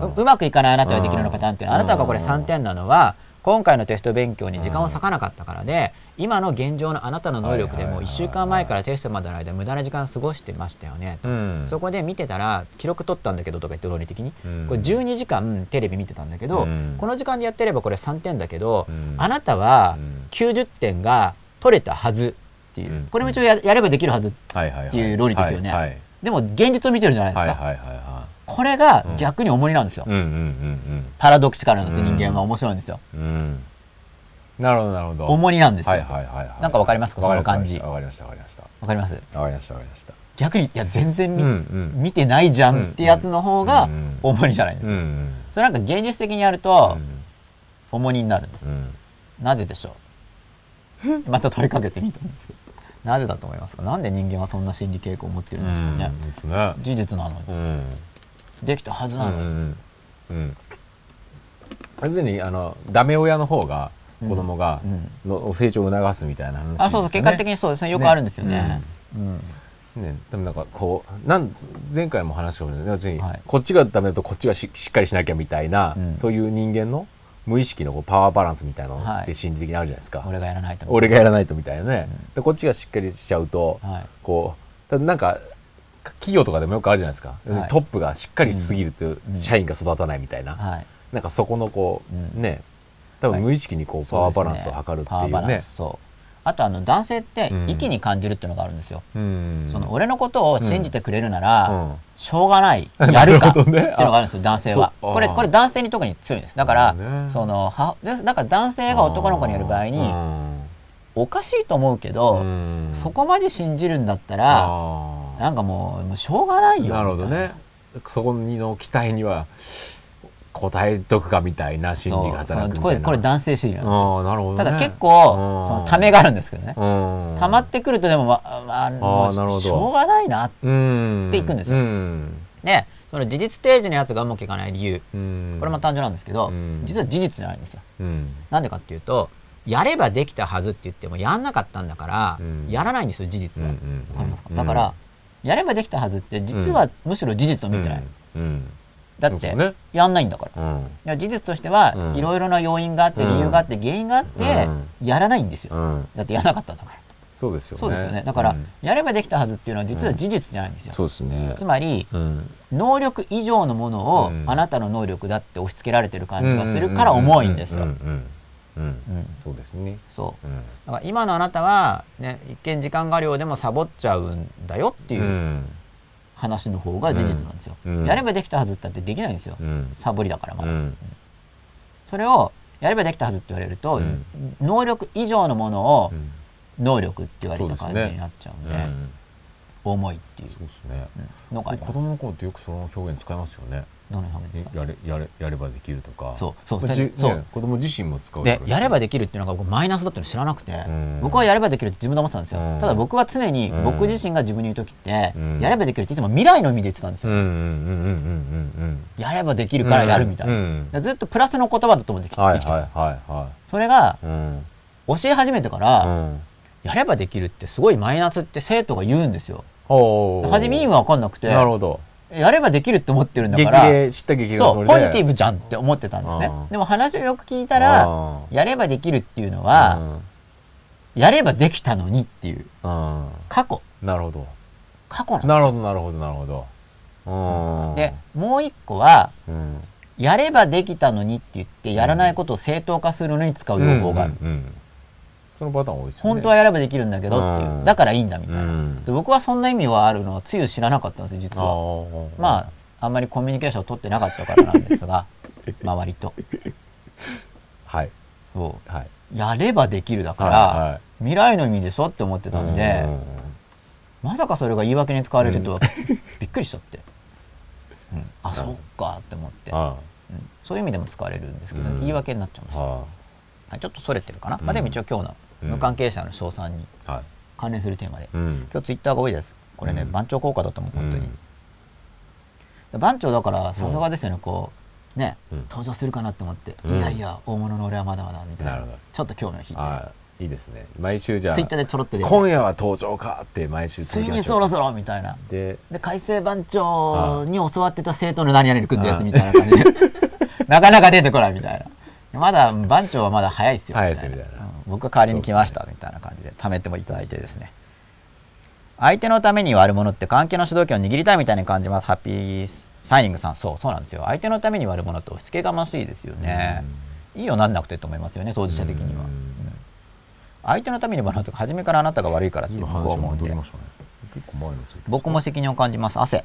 はううまくいかないあなたができるようなパターンっていうのはあうんなたがこれ3点なのは今回のテスト勉強に時間を割かなかったからで今の現状のあなたの能力ではいはいもはい1週間前からテストまでの間無駄な時間過ごしてましたよねとうんそこで見てたら記録取ったんだけどとか言って論理的にうんこれ12時間テレビ見てたんだけうどんこの時間でやってればこれ3点だけどうんあなたはうん90点が取れたはずっていううんこれも一応ややればできるはずはいはいはいっていう論理ですよねはいはいでも現実を見てるじゃないですはいかはいはいはこれが逆に重荷なんですよいうんうんうんうんパラドキシカルなんですよ人間は面白いんですようんなるほどなるほど。重荷なんですよ、はいはいはいはい。なんかわかりますかわりその感じわかりましたわかりましたわかりますわかりましたわかりました。逆にいや全然見,、うんうん見てないじゃんってやつの方うがんうん重荷じゃないですうか、んそれなんか現実的にやるうとん重荷になるんです、うん。なぜでしょうまた問いかけてみたんですけどなぜだと思いますかなんで人間はそんな心理傾向を持ってるんですかね、うんですね。事実なのにうん。できたはずなうんうのに、んうんうん要するにあのダメ親の方が子供がうんの成長を促すみたいな話ですよね、あそうそう結果的にそうですねよくあるんですよねうんね、でもなんかこうなん前回も話したことない要するに、はいこっちがダメだとこっちがししっかりしなきゃみたいな、うんそういう人間の無意識のこうパワーバランスみたいなのはいって心理的にあるじゃないですか、俺がやらないと俺がやらないとみたいなね、でこっちがしっかりしちゃうと、はいこうだなんか企業とかでもよくあるじゃないですか、要するにトップがしっかりしすぎるとうん社員が育たないみたいな、はいなんかそこのこう、うんね多分無意識にこうパワーバランスを測るっていパワうーバランねス。そうあとあの男性ってうん息に感じるっていうのがあるんですよ、うんその俺のことを信じてくれるなら、うん しょうがないやるかなっるていほうどのねがあるんですよ男性はそうあーこれこれ男性に特に強いんですだから、なるほどねそのはですだから男性が男の子にやる場合に、おかしいと思うけど、うんそこまで信じるんだったら、あなんかもうもうしょうがないーよなるほどねそこにの期待には応えとくかみたいなみ心たい理がなそうそ働のくこみたれいなこれ男性心理なんですよあーなるほどたねだ結構うんそのためがあるんですけどねうん溜まってくるとでもままあもなるほうどしょうがないなうんっていくんですようんねその事実提示のやつがうまくいかない理由うんこれも単純なんですけど、うん実は事実じゃないんですようんなんでかっていうとやればできたはずって言ってもやんなかったんだから、うんやらないんですよ事実は、うわんうんうんかりますか、だからやればできたはずって実はむしろ事実を見てない、うんうんだっそうでて、すねやんないんだからういんや事実としてうはんいろいろな要因があってうん理由があって原因があってうやらないんですよ、うんだってやらなかったんだからそうですよねそうですよねだから、うんやればできたはずっていうのは実は事実じゃないんですよ、そうですねつまりうん能力以上のものをうんあなたの能力だって押し付けられてる感じがするから重いんですよ、うんうんうんうんうんうんそうですねそううんだから今のあなたは、ね、一見時間が量でもサボっちゃうんだよっていう話の方が事実なんですよ。うんうんやればできたはずったってできないんですよ。うんサボりだからまうだ。んそれをやればできたはずって言われると、うん能力以上のものをうん能力って言われそた感うですねじになっちゃうんで、うん重いっていうそうですね。のがありま子す。供の頃ってよくその表現使いますよね。どの表現ですかやれやれやればできるとか。そうそうまあじねそう子供自身も使うだろでうし。やればできるっていうのが僕マイナスだっていうの知らなくて、ん僕はやればできるって自分で思ってたんですよ、うんただ僕は常にうん僕自身が自分に言う時って、うんやればできるっていつも未来の意味で言ってたんですうよ、んうんうんうんうんうんやればできるからやるみたいな、うんうんだからずっとプラスの言葉だと思ってきうん。は生いきはていはいはそれがい。うん教え始めてから、うん。やればできるってすごいマイナスって生徒が言うんですよおー初め意味わかんなくてなるほど。やればできるって思ってるんだ激から励知った激励がそうポジティブブじゃんって思ってたんですねうんでも話をよく聞いたらやればできるっていうのは、やればできたのにっていううんうん過去なるほど。過去なんですよなるほどなるほどなるほど。うんでもう一個はうんやればできたのにって言ってやらないことを正当化するのに使う用法がある、うんうんうんそのパターン多いですよね本当はやればできるんだけどっていう、うんだからいいんだみたいな、うんで僕はそんな意味はあるのはつゆ知らなかったんですよ実あはーまああんまりコミュニケーションを取ってなかったからなんです が周りとはいそはい。うやればできるだから、はいはい未来の意味でしょって思ってたんで、うんうんうんまさかそれが言い訳に使われるとは びっくりしちゃって、うん、あそっかって思って、あうんそういう意味でも使われるんですけど、うん言い訳になっちゃうんですよあはいちょっとそれてるかな、うんまあ、でも一応今日の無関係者の称賛にはい。関連するテーマで、うん。今日ツイッターが多いですこれね、うん番長効果だと思う本当にう、で番長だからさすがですよねこうね、うん登場するかなと思って、うんいやいや大物の俺はまだまだみたいななるほどちょっと興味を引いてああいいですね。毎週じゃあツイッターでちょろっと出て今夜は登場かって毎週つ続いけにましそょうろそろみたいなでで改正番長に教わってた生徒の何々に組んだやつみたいな感じで なかなか出てこないみたいなまだ番長はまだ早いっすよ早いっすよみたいなうん僕が代わりに来ましたみたいな感じで貯めてもいただいてですね相手のために割るものって関係の主導権を握りたいみたいに感じますハッピーサイニングさんそうそうなんですよ相手のために割るものって押し付けがましいですよねいいよなんなくてと思いますよね当事者的にはううんん相手のために割るのとか初めからあなたが悪いからって僕今は思話うん戻でりましたね。結構前のついてます僕も責任を感じます汗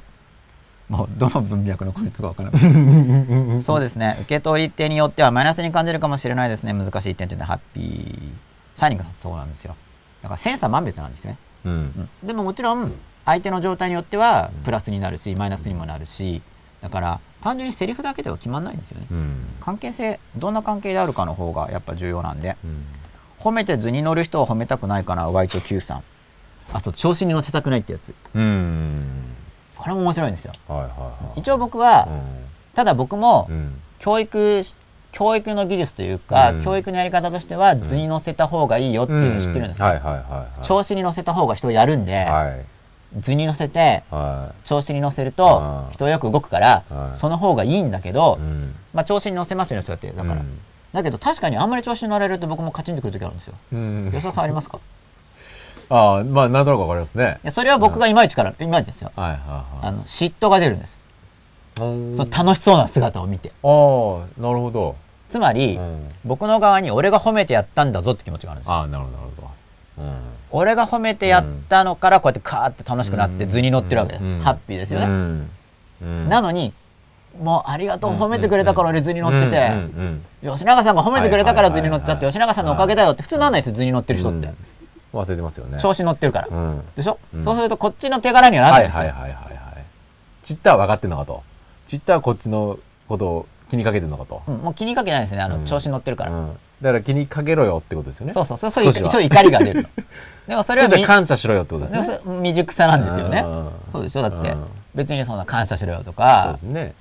もうどの文脈のコメントかわからない そうですね受け取り手によってはマイナスに感じるかもしれないですね難しい点というのはハッピーサイニングさんそうなんですよだから千差万別なんですよね、うんうんでももちろん相手の状態によってはプラスになるしマイナスにもなるしだから単純にセリフだけでは決まんないんですよねうん関係性どんな関係であるかの方がやっぱ重要なんでうん褒めて図に乗る人を褒めたくないかなワイト Q さんあそう調子に乗せたくないってやつうんこれも面白いんですよはいはいはい一応僕は、ただ僕もうんうん教育し教育の技術というか、うん教育のやり方としては図に乗せた方がいいよっていうのを知ってるんですけど、はいはいはいはい調子に乗せた方が人やるんで、はい図に乗せては調子に乗せるあとー人よく動くから、はいその方がいいんだけど、いうんまあ、調子に乗せますよね人だってだから、うんだけど確かにあんまり調子に乗られると僕もカチンとくる時あるんですようん吉田さんありますかああまあなんとなくわかりますねいやそれは僕がいまいちからいまいちですよはいはいあはいの嫉妬が出るんですうんその楽しそうな姿を見てああなるほどつまり、うん僕の側に俺が褒めてやったんだぞって気持ちがあるんですよああなるほどなるほどうん俺が褒めてやったのからこうやってカーって楽しくなって図に乗ってるわけです、うんハッピーですよね、うんうんなのにもうありがとう褒めてくれたから俺図に乗ってて、うんうんうん吉永さんが褒めてくれたから図に乗っちゃって、はいはいはい吉はい永さんのおかげだよって普通なんないです図に乗ってる人って、うん忘れてますよね調子乗ってるから、うんでしょ、うんそうするとこっちの手柄にはならはないいですよ、はいはいはいはいちったは分かってんのかとちったはこっちのことを気にかけてんのかと、うんもう気にかけないですねあの、うん調子乗ってるから、うんだから気にかけろよってことですよねそうそうそうそういう少しはそういう怒りが 出るのでもそれは少しみは感謝しろよってことですでもねそれ未熟さなんですよねうんそうでしょだってうん別にそんな感謝しろよとそうかですね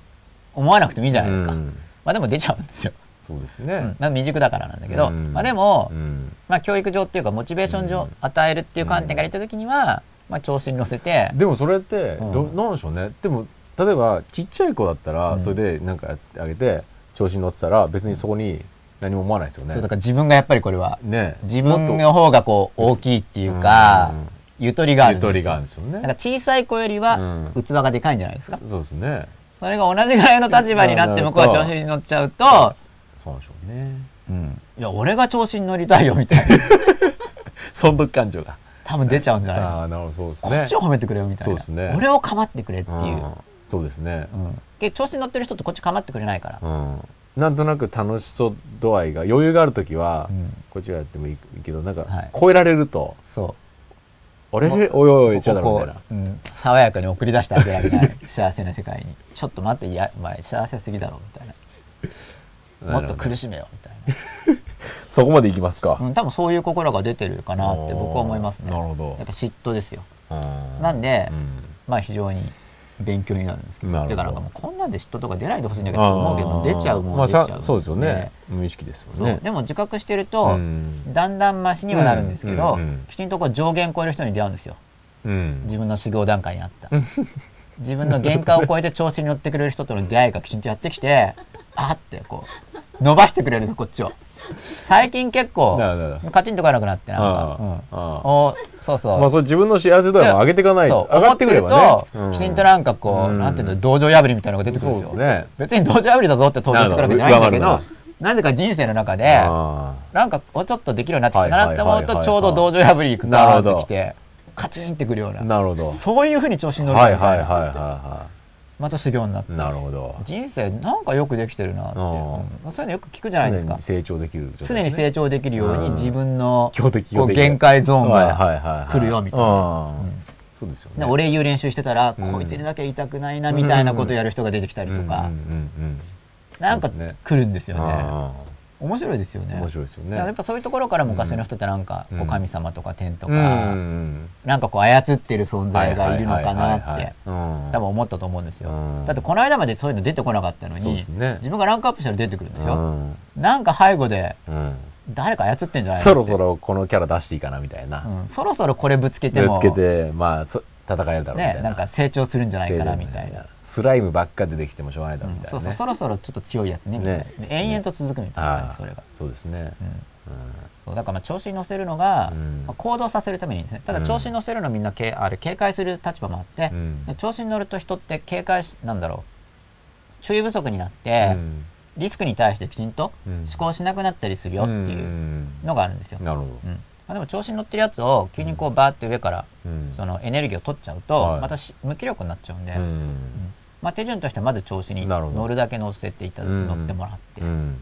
思わなくてもいいじゃないですか、うんまあでも出ちゃうんですよ、そうですうんね、まあ未熟だからなんだけど、うんまあでも、うんまあ、教育上っていうかモチベーション上与えるっていう観点から言った時には、まあ、調子に乗せてでもそれってど、うんなんでしょうねでも例えばちっちゃい子だったらうんそれでなんかやってあげて調子に乗ってたら別にそこに何も思わないですよねそうだから自分がやっぱりこれはね自分もっの方がこう大きいっていうか、うんゆとりとがあるゆんですとよりがあるんですよねなんか小さい子よりはうん器がでかいんじゃないですか、そうですねそれが同じぐらいの立場になって向なるこほうどは調子に乗っちゃうと、そうでしょうねうんいや俺が調子に乗りたいよみたい な損得感情が多分出ちゃうんじゃないさあなるほどそこうでっすちをね褒めてくれよみたいそうな、ですね俺を構ってくれっていう、うんそうですねうんで調子に乗ってる人ってこっち構ってくれないから、うんなんとなく楽しそう度合いが余裕がある時はうんこっちがやってもいいけどなんかはい超えられるとそうあれもおいおいおいちゃこだころをみたいなうん爽やかに送り出してあげられない幸せな世界 にちょっと待っていやお前幸せすぎだろみたいなもっと苦しめよみたいそこまでいきますかな、うん、多分そういう心が出てるかなって僕は思いますねなるほやどっぱ嫉妬ですよななんでまあ非常に勉強になるんですけどなるほてどかなんかもうこんなんで嫉妬とか出ないでほしいんだけどと思うけど出ちゃうもん出ちゃうもんそうですよね無意識ですよそうねでも自覚してると、うんだんだんマシにはなるんですけど、うんうんうんきちんとこう上限超える人に出会うんですようん自分の修行段階にあった自分の限界を超えて調子に乗ってくれる人との出会いがきちんとやってきてあってこう伸ばしてくれるぞこっちを最近結構なるほどなるほカチンとかなくなってなんあか、あうんああおそうそう、まあそれ自分の幸せ度合いも上げていかないそとう上思がっっててくくるれとば、ねうんきちんとなんかこう、うんなんていうんだ道場破りみたいなのが出てくるんですよそうですね別に道場破りだぞって登場してくるわけじゃないんだけなどるほどなぜか人生の中であなんかもうちょっとできるようになってきたなって思うはいはいはいとはいちょうど道場破り行くなかるほってどきてカチンってくるようあななるほどそういうふうに調子に乗るはいみたはいいはいはいなはまた修行になっていなるほど人生なんかよくできてるなって、ううんそういうのよく聞くじゃないですか常に成長できる状常態でにすね成長できるようにうん自分の強敵こ強う敵限界ゾーンはいがはいは来るよみたいななそうですよでね俺言う練習してたら、うんこいつにだけ言いたくないなみたいなことやる人が出てきたりとか、うんうんうんなんかそうですね来るんですうよんねあ面白いですよねあ面白いですよだねからやっぱそういうところから昔の人ってなんか、うんこう神様とか天とうんか、うんなんかこう操ってる存うん在がいるのかなはっいてはいはいはいうん多分思ったと思うんですよ、うんだってこの間までそういうの出てこなかったのそうに、ですね自分がランクアップしたら出てくるんですうよ、んなんか背後でうん誰か操ってんじゃないのそろそろこのキャラ出していいかなみたいなうん、そろそろこれぶつけてでもつけてまあそ戦えるだろうみたねいななんか成長するんじゃないかなみたいな、スライムばっか出てきてもしょうがないだうろうみんたいなねそうそうそろそろちょっと強いやつねみたいな、ねで延々と続くみたいな感あじそれがあ、そうですねうん、うんそうだからまあ調子に乗せるのが、うんまあ行動させるためにいいんですねただうん調子に乗せるのみんなけあれ警戒する立場もあって、うんで調子に乗ると人って警戒しなんだろう注意不足になって、うんリスクに対してきちんとうん思考しなくなったりするよっていうのがあるんですよ、んなるほどうんまあ、でも調子に乗ってるやつを急にこうバーって上からうんそのエネルギーを取っちゃうと、はいまたし無気力になっちゃうんで、うんまあ、手順としてはまず調子になるほど乗るだけ乗せていただうん乗ってもらって、うんうん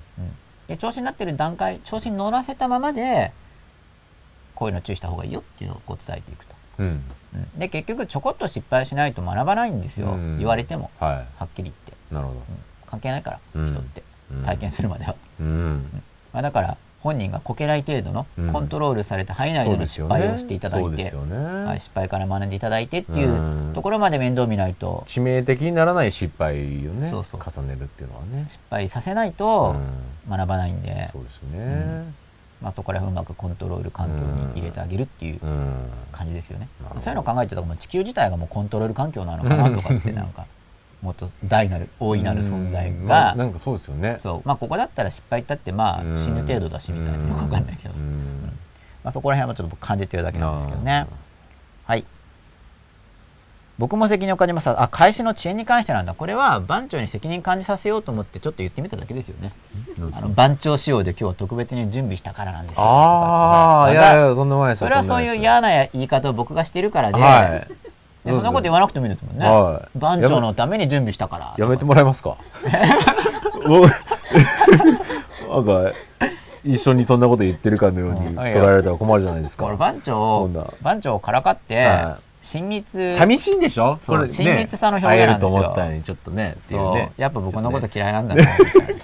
で調子になってる段階調子に乗らせたままでこういうの注意した方がいいよっていうのをこう伝えていくと、うんうんで結局ちょこっと失敗しないと学ばないんですよ、うん言われてもははっきり言って、いなるほうん関係ないから、うん人ってど体験するまでは、うんまあ、だから本人がこけない程度のうんコントロールされた範囲内での失敗をしていただいそうでてす、よねはい、失敗から学んでいただいてっていううんところまで面倒見ないと致命的にならない失敗をねそうそう重ねるっていうのはね失敗させないとうん学ばないんで、そうですねまあ、そこら辺をうまくコントロール環境に入れてあげるっていううん、感じですよねなるほ。どそういうのを考えてたらもう地球自体がもうコントロール環境なのかなとかってなんかもっと大なる大いなる存在うんまあがなんかそうですよねそうまあここだったら失敗ったってまうあん死ぬ程度だしみたいなよくわかんないけど、うまんあ、そこら辺はちょっと僕感じてるだけなんですけどね。はい僕も責任を感じますあ開始の遅延に関してなんだこれは番長に責任感じさせようと思ってちょっと言ってみただけですよねなんあかの番長仕様で今日は特別に準備したからなんですよとあかあっていわざやいやそんな前ですそれはそういう嫌な言い方を僕がしてるからで、はいでそんなこと言わなくてもいいですもんね、はい番長のために準備したからやめてもら えますかおなんか一緒にそんなこと言ってるかのよううんに捉えられたら困るじゃないですこれか番長今度はを番長をからかって、は親密寂しいんでしょそうこれね親密さの表現なんですよ会えると思ったのにちょっとねっていそううねやっぱ僕のこと嫌いなんだなみたい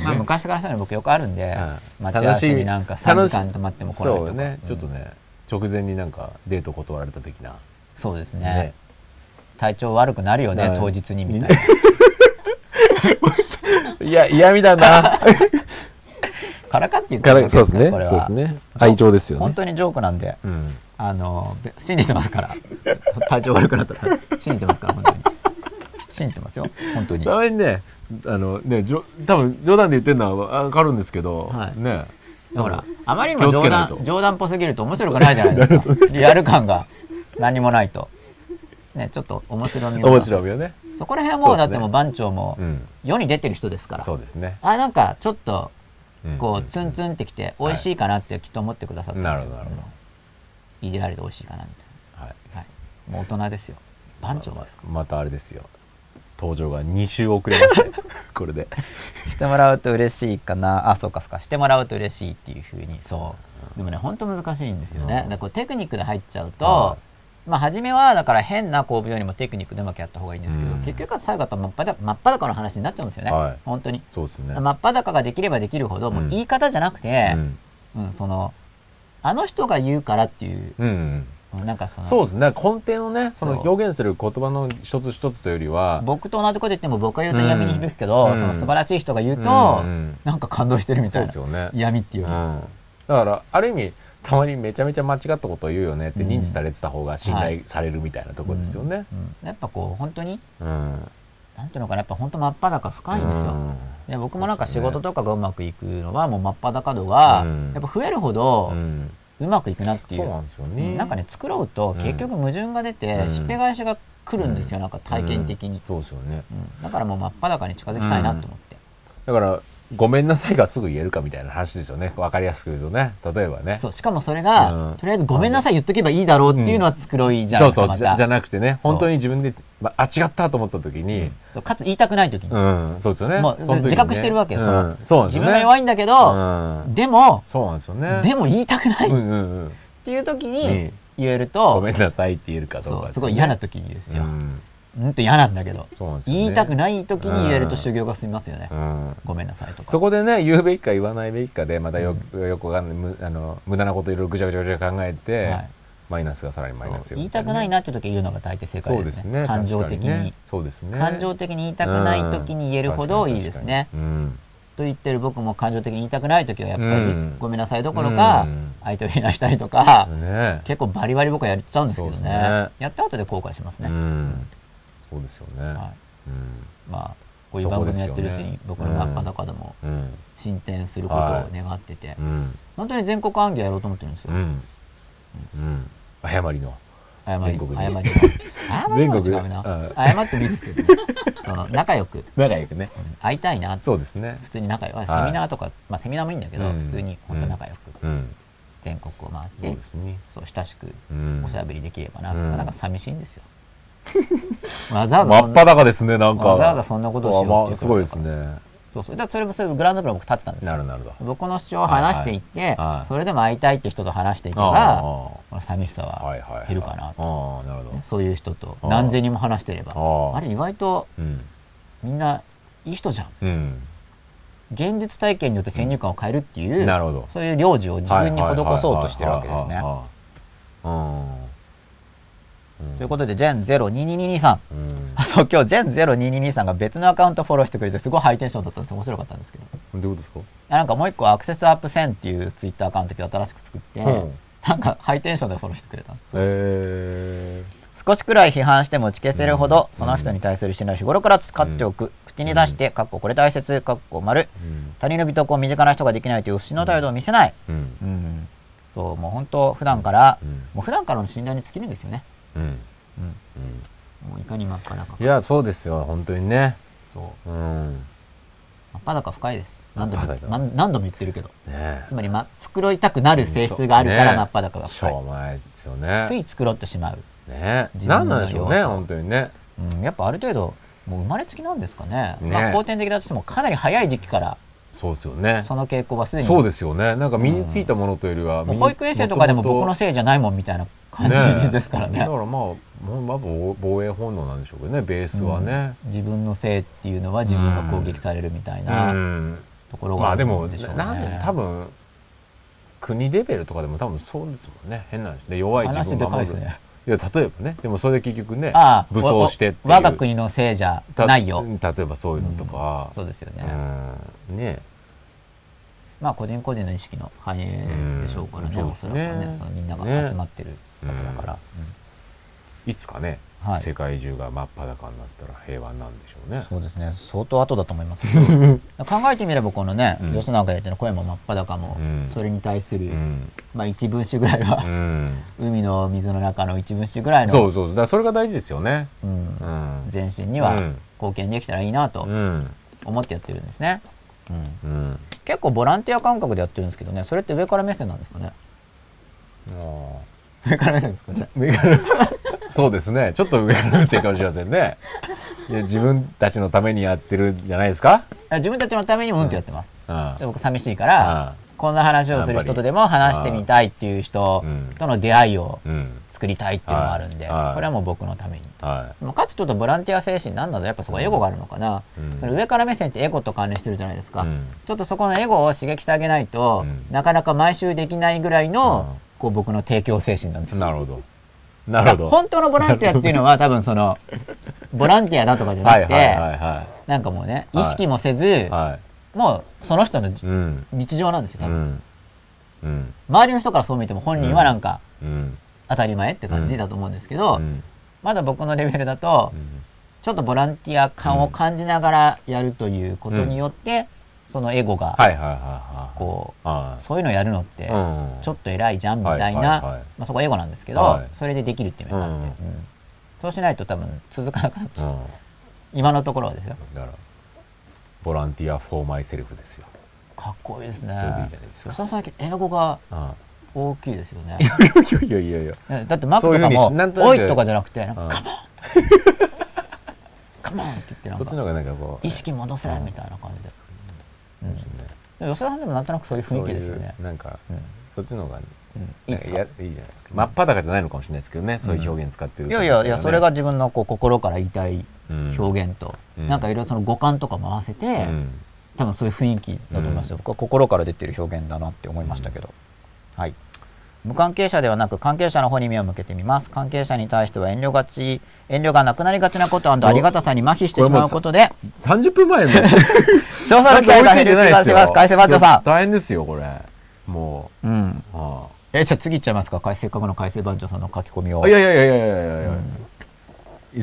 な まあ昔からそういうの僕よくあるんで、はい待ち合わせになんか3時間止まっても来ないとかそうねちょっとうんね直前になんかデート断られた的なそうですねね体調悪くなるよねはい当日にみたいないや嫌味 だなからかって言ってかるだけらそうですからねこれはそうですね愛情ですよね本当にジョークなんでうんあのべ信じてますから 体調悪くなったら信じてますから本当に信じてますよ本 当にたまにねあのねじょ多分冗談で言ってるのはわかるんですけど、はいねほら、あまりにも気冗をつけないと談冗談っぽすぎると面白くないじゃない ですか。リアル感が何もないと。ね、ちょっと面白みを面白いよねそこら辺はもうそだうっですねてもう番長もうん世に出てる人ですから。そうですね、あ、なんかちょっとうんこうツンツンってきて美味しいかなってきっと思ってくださってなまするほどよなるほど、いじられて美味しいかなみはい、たいな。はい。もう大人ですよ。番長ですか。またあれですよ登場が2週遅れま してこれでしてもらうと嬉しいかな。あ、そうかそうか。してもらうと嬉しいっていうふうに。そう。でもね、ほんと難しいんですよね。うだんからこうテクニックで入っちゃうと、はまあ初めはだから変な構文よりもテクニックでうまくやった方がいいんですけど、うん結局は最後はやっぱ真っ裸真っ裸の話になっちゃうんですよね、はい本当に、そうですね真っ裸ができればできるほど、もう言い方じゃなくてう、んうんそのあの人が言うからっていう、うんうんなんかそのそうですね根底のねそのそう表現する言葉の一つ一つというよりは僕と同じこと言っても僕が言うと嫌味に響くけど、うんその素晴らしい人が言うと、うんうんなんか感動してるみそたういでなすよね嫌味っていううよんりだからある意味たまにめちゃめちゃ間違ったことを言うよねって認知されてた方が信は頼いされるみたいなところですよね。うんやっぱこう本当にうんなんていうのかなやっぱ本当真っ裸深いんですよ、うんで僕もなんか仕そうです事ねとかがうまくいくのはもう真っ裸度がうんやっぱ増えるほどうんうまくいくなっていう,、そううんなんですよね。なんかね作ろうと結局矛盾が出うてんしっぺ返しが来るんですよ、うなんか体験的に、そうですよね。うんだからもう真っ裸に近づきたいなと思って、だからごめんなさいがすぐ言えるかみたいな話ですよね。わかりやすく言うとね。例えばね。そうしかもそれが、うんとりあえず「ごめんなさい」言っとけばいいだろうっていうのは作ろいじゃん、そなうそんうかまじゃたじゃなくてねそう本当に自分で、まあ違ったと思った時に、そうかつ言いたくない時に、うんそうですよね。もうその時にね自覚してるわけよ、うんそのそうなんで自すよね。分が弱いんだけど、うんでも、そうなんですよね。でも言いたくないっうんうんうん。ていう時うにん言えると、ごめんなさいって言えるかどうそかうですよごねい嫌な時にですよ、うんうんと嫌なんだけど、そうなんですよね言いたくない時に言えるうとん修行が済みますよね、うんごめんなさいとかそこでね言うべきか言わないべきかでまたよ,、よくわかんないむあの無駄なこといろいろぐちゃぐちゃぐちゃ考えて、はいマイナスがさらにマイナスそよう言いたくないなって時言うのが大抵正そ解うでですすねね感情的に確かねそうですね感情的に言いたくない時に言えるほどいいですね、うんうんと言ってる僕も感情的に言いたくない時はやっぱり、うんごめんなさいどころか、うん相手を非難したりとか、ね結構バリバリ僕はやっちゃうんですけどねそうですねやった後で後悔しますうね、んそうですよね、はい、うんまあこういう番組やってるうちにそ僕こですよねの真っ裸でもうん進展することを願ってて、うん本当に全国暗記やろうと思ってるんですよ、うんうん誤りの謝り全国に謝りは謝りは違うな謝ってもいいですけどねその仲良く仲良くね会いたいなってそうですね普通に仲良くいセミナーとか、まあセミナーもいいんだけど、うん普通に本当仲良くうん全国を回っそて、うですねそう親しくうんおしゃべりできればな、うんなんか寂しいんですよ わざわざ真そっんな裸ですねなんかわざわざそんなことをしようっていうあまあすごいですねそうそうだからそれもそういうグラウンドプロ僕立ってたんですなるよなるだ僕の主張を話していって、はいそれでも会いたいって人と話していけば、ああこの寂しさはいははいはい減るかな、ああなるほどそういう人とああ何千人も話してればあああれ意外とうんみんないい人じゃんうん現実体験によって先入観を変えるっていう、なるほどそういう領事を自分に施そうとしてるわけですね。うんということで、ジェン02223。うんあ、そう、今日、ジェン02223が別のアカウントフォローしてくれて、すごいハイテンションだったんです面白かったんですけど。どういうことですかあなんかもう一個、アクセスアップ1000っていうツイッターアカウント今日新しく作って、うんなんかハイテンションでフォローしてくれたんです。え少しくらい批判しても打ち消せるほど、その人に対する信頼を日頃から使っておく。口に出して、かっここれ大切、かっこ丸。ーうん他人の美徳を身近な人ができないという不審の態度を見せない。うんうん。そう、もう本当、普段から、うんもう普段からの信頼に尽きるんですよね。うんうん。うんもういかに真っ赤だかい。やそうですよ本当にねそう。うんね真っ裸深いです。何度も真っ、裸ま何度も言ってるけど。えつまり、ま、繕いたくなる性質があるからね真っ裸がし深い。ょうもないですよねつい繕ってしまう。ね自分何のなんでしょうね要素本当にねうん、やっぱある程度、もう生まれつきなんですかね。ねまあ、後天的だとしても、かなり早い時期から、そうですよねその傾向はすでに。そうですよねなんか身についたものというよりは、もう身に保育園生とかでも僕の元せいじゃないもんみたいな感々じですからね。だからまあもうまあ防防衛本能なんでしょうけどねベースはね、うん自分のせいっていうのは自分が攻撃されるみたいうんなところまがああでるもんでしょうね。なん多分国レベルとかでも多分そうですもんね変なんですね弱い自話分でをかい守でるすね。いや例えばねでもそれで結局ねああ、武装してっていうわわ我が国のせいじゃたないよ。例えばそういうのとか、そうですよね。うんねまあ個人個人の意識の反映でしょうからね、うんおそらくはそうですねねそのみんながね集まってるわけだから、いつかね、はい世界中が真っ裸になったら平和なんでしょうね。そうですね相当後だと思いますけど 考えてみればこのね、うんよそなんかやっての声も真っ裸も、うんそれに対する、うんまあ一分子ぐらいうは、ん、海の水の中の一分子ぐらいのそうそうそうだからそれが大事ですよね。うんうん、全身にうはん貢献できたらいいなとうん思ってやってるんですね、うんうん、結構ボランティア感覚でやってるんですけどねそれって上から目線なんですかね も上から目線ですかねう上からそうですねちょっと上から見せかもしれませんね。いや自分たちのためにやってるじゃないですか。あ自分たちのためにもうんってやってます、うんで僕寂しいから、うんこんな話をする人とでも話してみたいっていう人との出会いをうん作りたいっていうのもあるんで、はいはいこれはもう僕のために。はでもかつちょっとボランティア精神なんだろうやっぱそこはエゴがあるのかな、うんその上から目線ってエゴと関連してるじゃないですか、うんちょっとそこのエゴを刺激してあげないと、うんなかなか毎週できないぐらいの、うんこう僕の提供精神なんですい。よなるほど。なるほど。本当のボランティアっていうの は多分そのボランティアだとかじゃなはいくて、はいはいはなんかもうねはい意識もせず、い。はもうその人のじい。うん日常なんですよう多分、んうん周りの人からそう見ても本人はなんか、うん当たり前って感じだと思うんですけど、うんまだ僕のレベルだと、うんちょっとボランティア感を感じながらやるということによって、そのエゴが、はいはいはいはい。こう、はいそういうのやるのって、うんちょっと偉いじゃんみたいな、はいはいはいまあ、そこはエゴなんですけど、はいそれでできるっていうのがあって、ううんそうしないと多分続かなくなっちゃう、うん今のところはですよだからボランティアフォーマイセルフですよ。かっこいいですねそれでいいじゃないですか吉田さんだけ英語があ大きいですよねあいやいやいや いやいや。ねだってマックとそういうふかうにもしなんとなくおい」とかじゃなくて「なんうかんカモン!」って言ってなんそっちかの方がなんかこう意識戻せみたいな感じでそうですねでも吉田さんでもなんとなくそういう雰囲気ですよねそういうなんかうんそっちの方がうんいでないんかすやかいいじゃないですか。真っ裸じゃないのかもしれないですけどね。そういう表現使ってるいと思やいうけどやね。いやそれが自分のこう心から言いたいうん表現と、うんなんかいろいろその五感とかも合わせて、うん多分そういう雰囲気だと思いますよ、僕は心から出てる表現だなって思いましたけど、はい無関係者ではなく関係者の方に目を向けてみます関係者に対しては遠慮がち遠慮がなくなりがちなことありがたさに麻痺してしまうことで30分前の詳細の機会が減る気がします 改正番長さ大変ですよこれ。もんうんう。あえじゃあ次いっちゃいますかせっかくの改正番長さんの書き込みをあいやいやいやいやいやいやいや。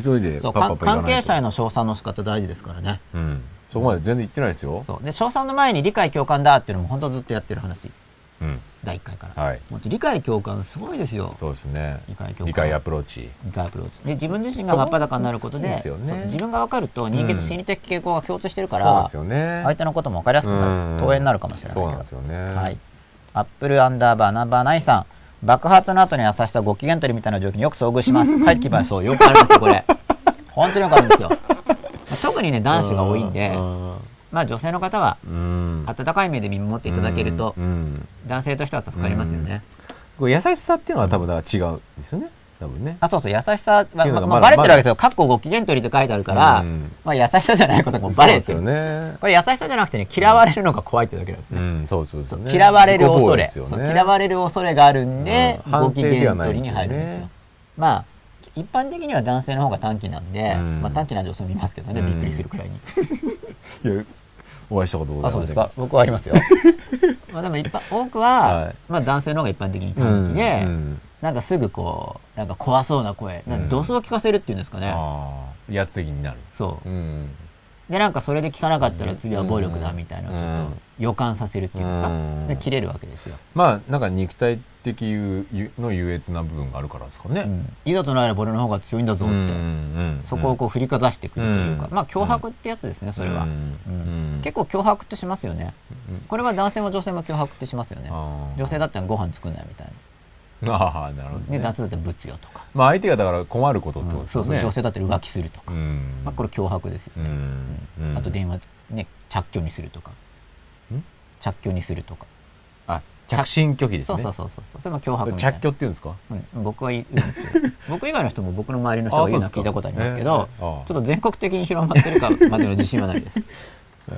急いでそうパッ関パッパ言わ関ない係と者への称賛の仕方大事ですからねうん。そこまで全然言ってないですよ。そうで称賛の前に理解共感だっていうのも本当ずっとやってる話うん。第1回から、はい。もう理解共感すごいですよそうですね。理解強化理解アプローチ。理解アプローチで自分自身が真っ裸になることでそうそうですよねそう自分が分かると人間と心理的傾向が共通してるかそうら、ですよね。相手のことも分かりやすくなうんる投影になるかもしれないけそどうなんですよね。はい、アップルアンダーバーナンバーナインさん爆発の後に優しさご機嫌取りみたいな状況によく遭遇し ます帰ってきまそうよくあるんですよこれ本当によくあるんですよ、まあ特にね男子が多いんでまあ女性の方はうん。っ温かい目で見守っていただけるとうん。男性としては助かりますよねこれ優しさっていうのは多分だから違うんですよね。多分ねあそうそう優しさは、まいうのあがまあ、まバレだてるわけですよ「かっこご機嫌取り」って書いてあるから、うんまあ、優しさじゃないこともバレてそうる、ですよねこれ優しさじゃなくてね嫌われるのが怖いってだけなんですうね,んそうそうそそうう、ね嫌われる恐れ、自己防衛ですそようね嫌われる恐れがあるんで、うんご機反省で嫌はない取でりすによね入るんですよまあ一般的には男性の方が短気なんで、うんまあ、短気な女性見ますけどね、うんびっくりするくらいにいやお会いしたことござあいそうまですせんがか僕はあります よまあでも一般多くは、はいまあ、男性の方が一般的に短気で、うんうんなんかすぐこうなんか怖そうな声なんうかんドスを聞かせるっていうんですかね、ああ威圧的になるそううんでなんかそれで聞かなかったら次は暴力だみたいなのをちょっうとん予感させるっていうんですか、うんで切れるわけですよ、まあなんか肉体的優優の優越な部分があるからですかね、いざとなれば俺の方が強いんだぞって、うんうんうんそこをこう振りかざしてくるというか、うんまあ脅迫ってやつですねそれは、うんうん結構脅迫ってしますよねうんこれは男性も女性も脅迫ってしますよねあー女性だったらご飯作んないみたいなああなるほど、でね男性だったら物よとか、まあ相手がだから困ることってことうんですそようね、そう女性だったら浮気するとか、うんまあ、これ脅迫ですようね、んうんあと話電話ね着去にするとかん着去にするとか、あ着信拒否ですそねうそうそうそうそれも脅迫みたいな着拒っていうんですかうん、僕は言うんです けど僕以外の人も僕の周りの人が言うのは聞いたことありますけあそうどですちかええあょあっと全国的に広まってるかまでの自信はない ですうん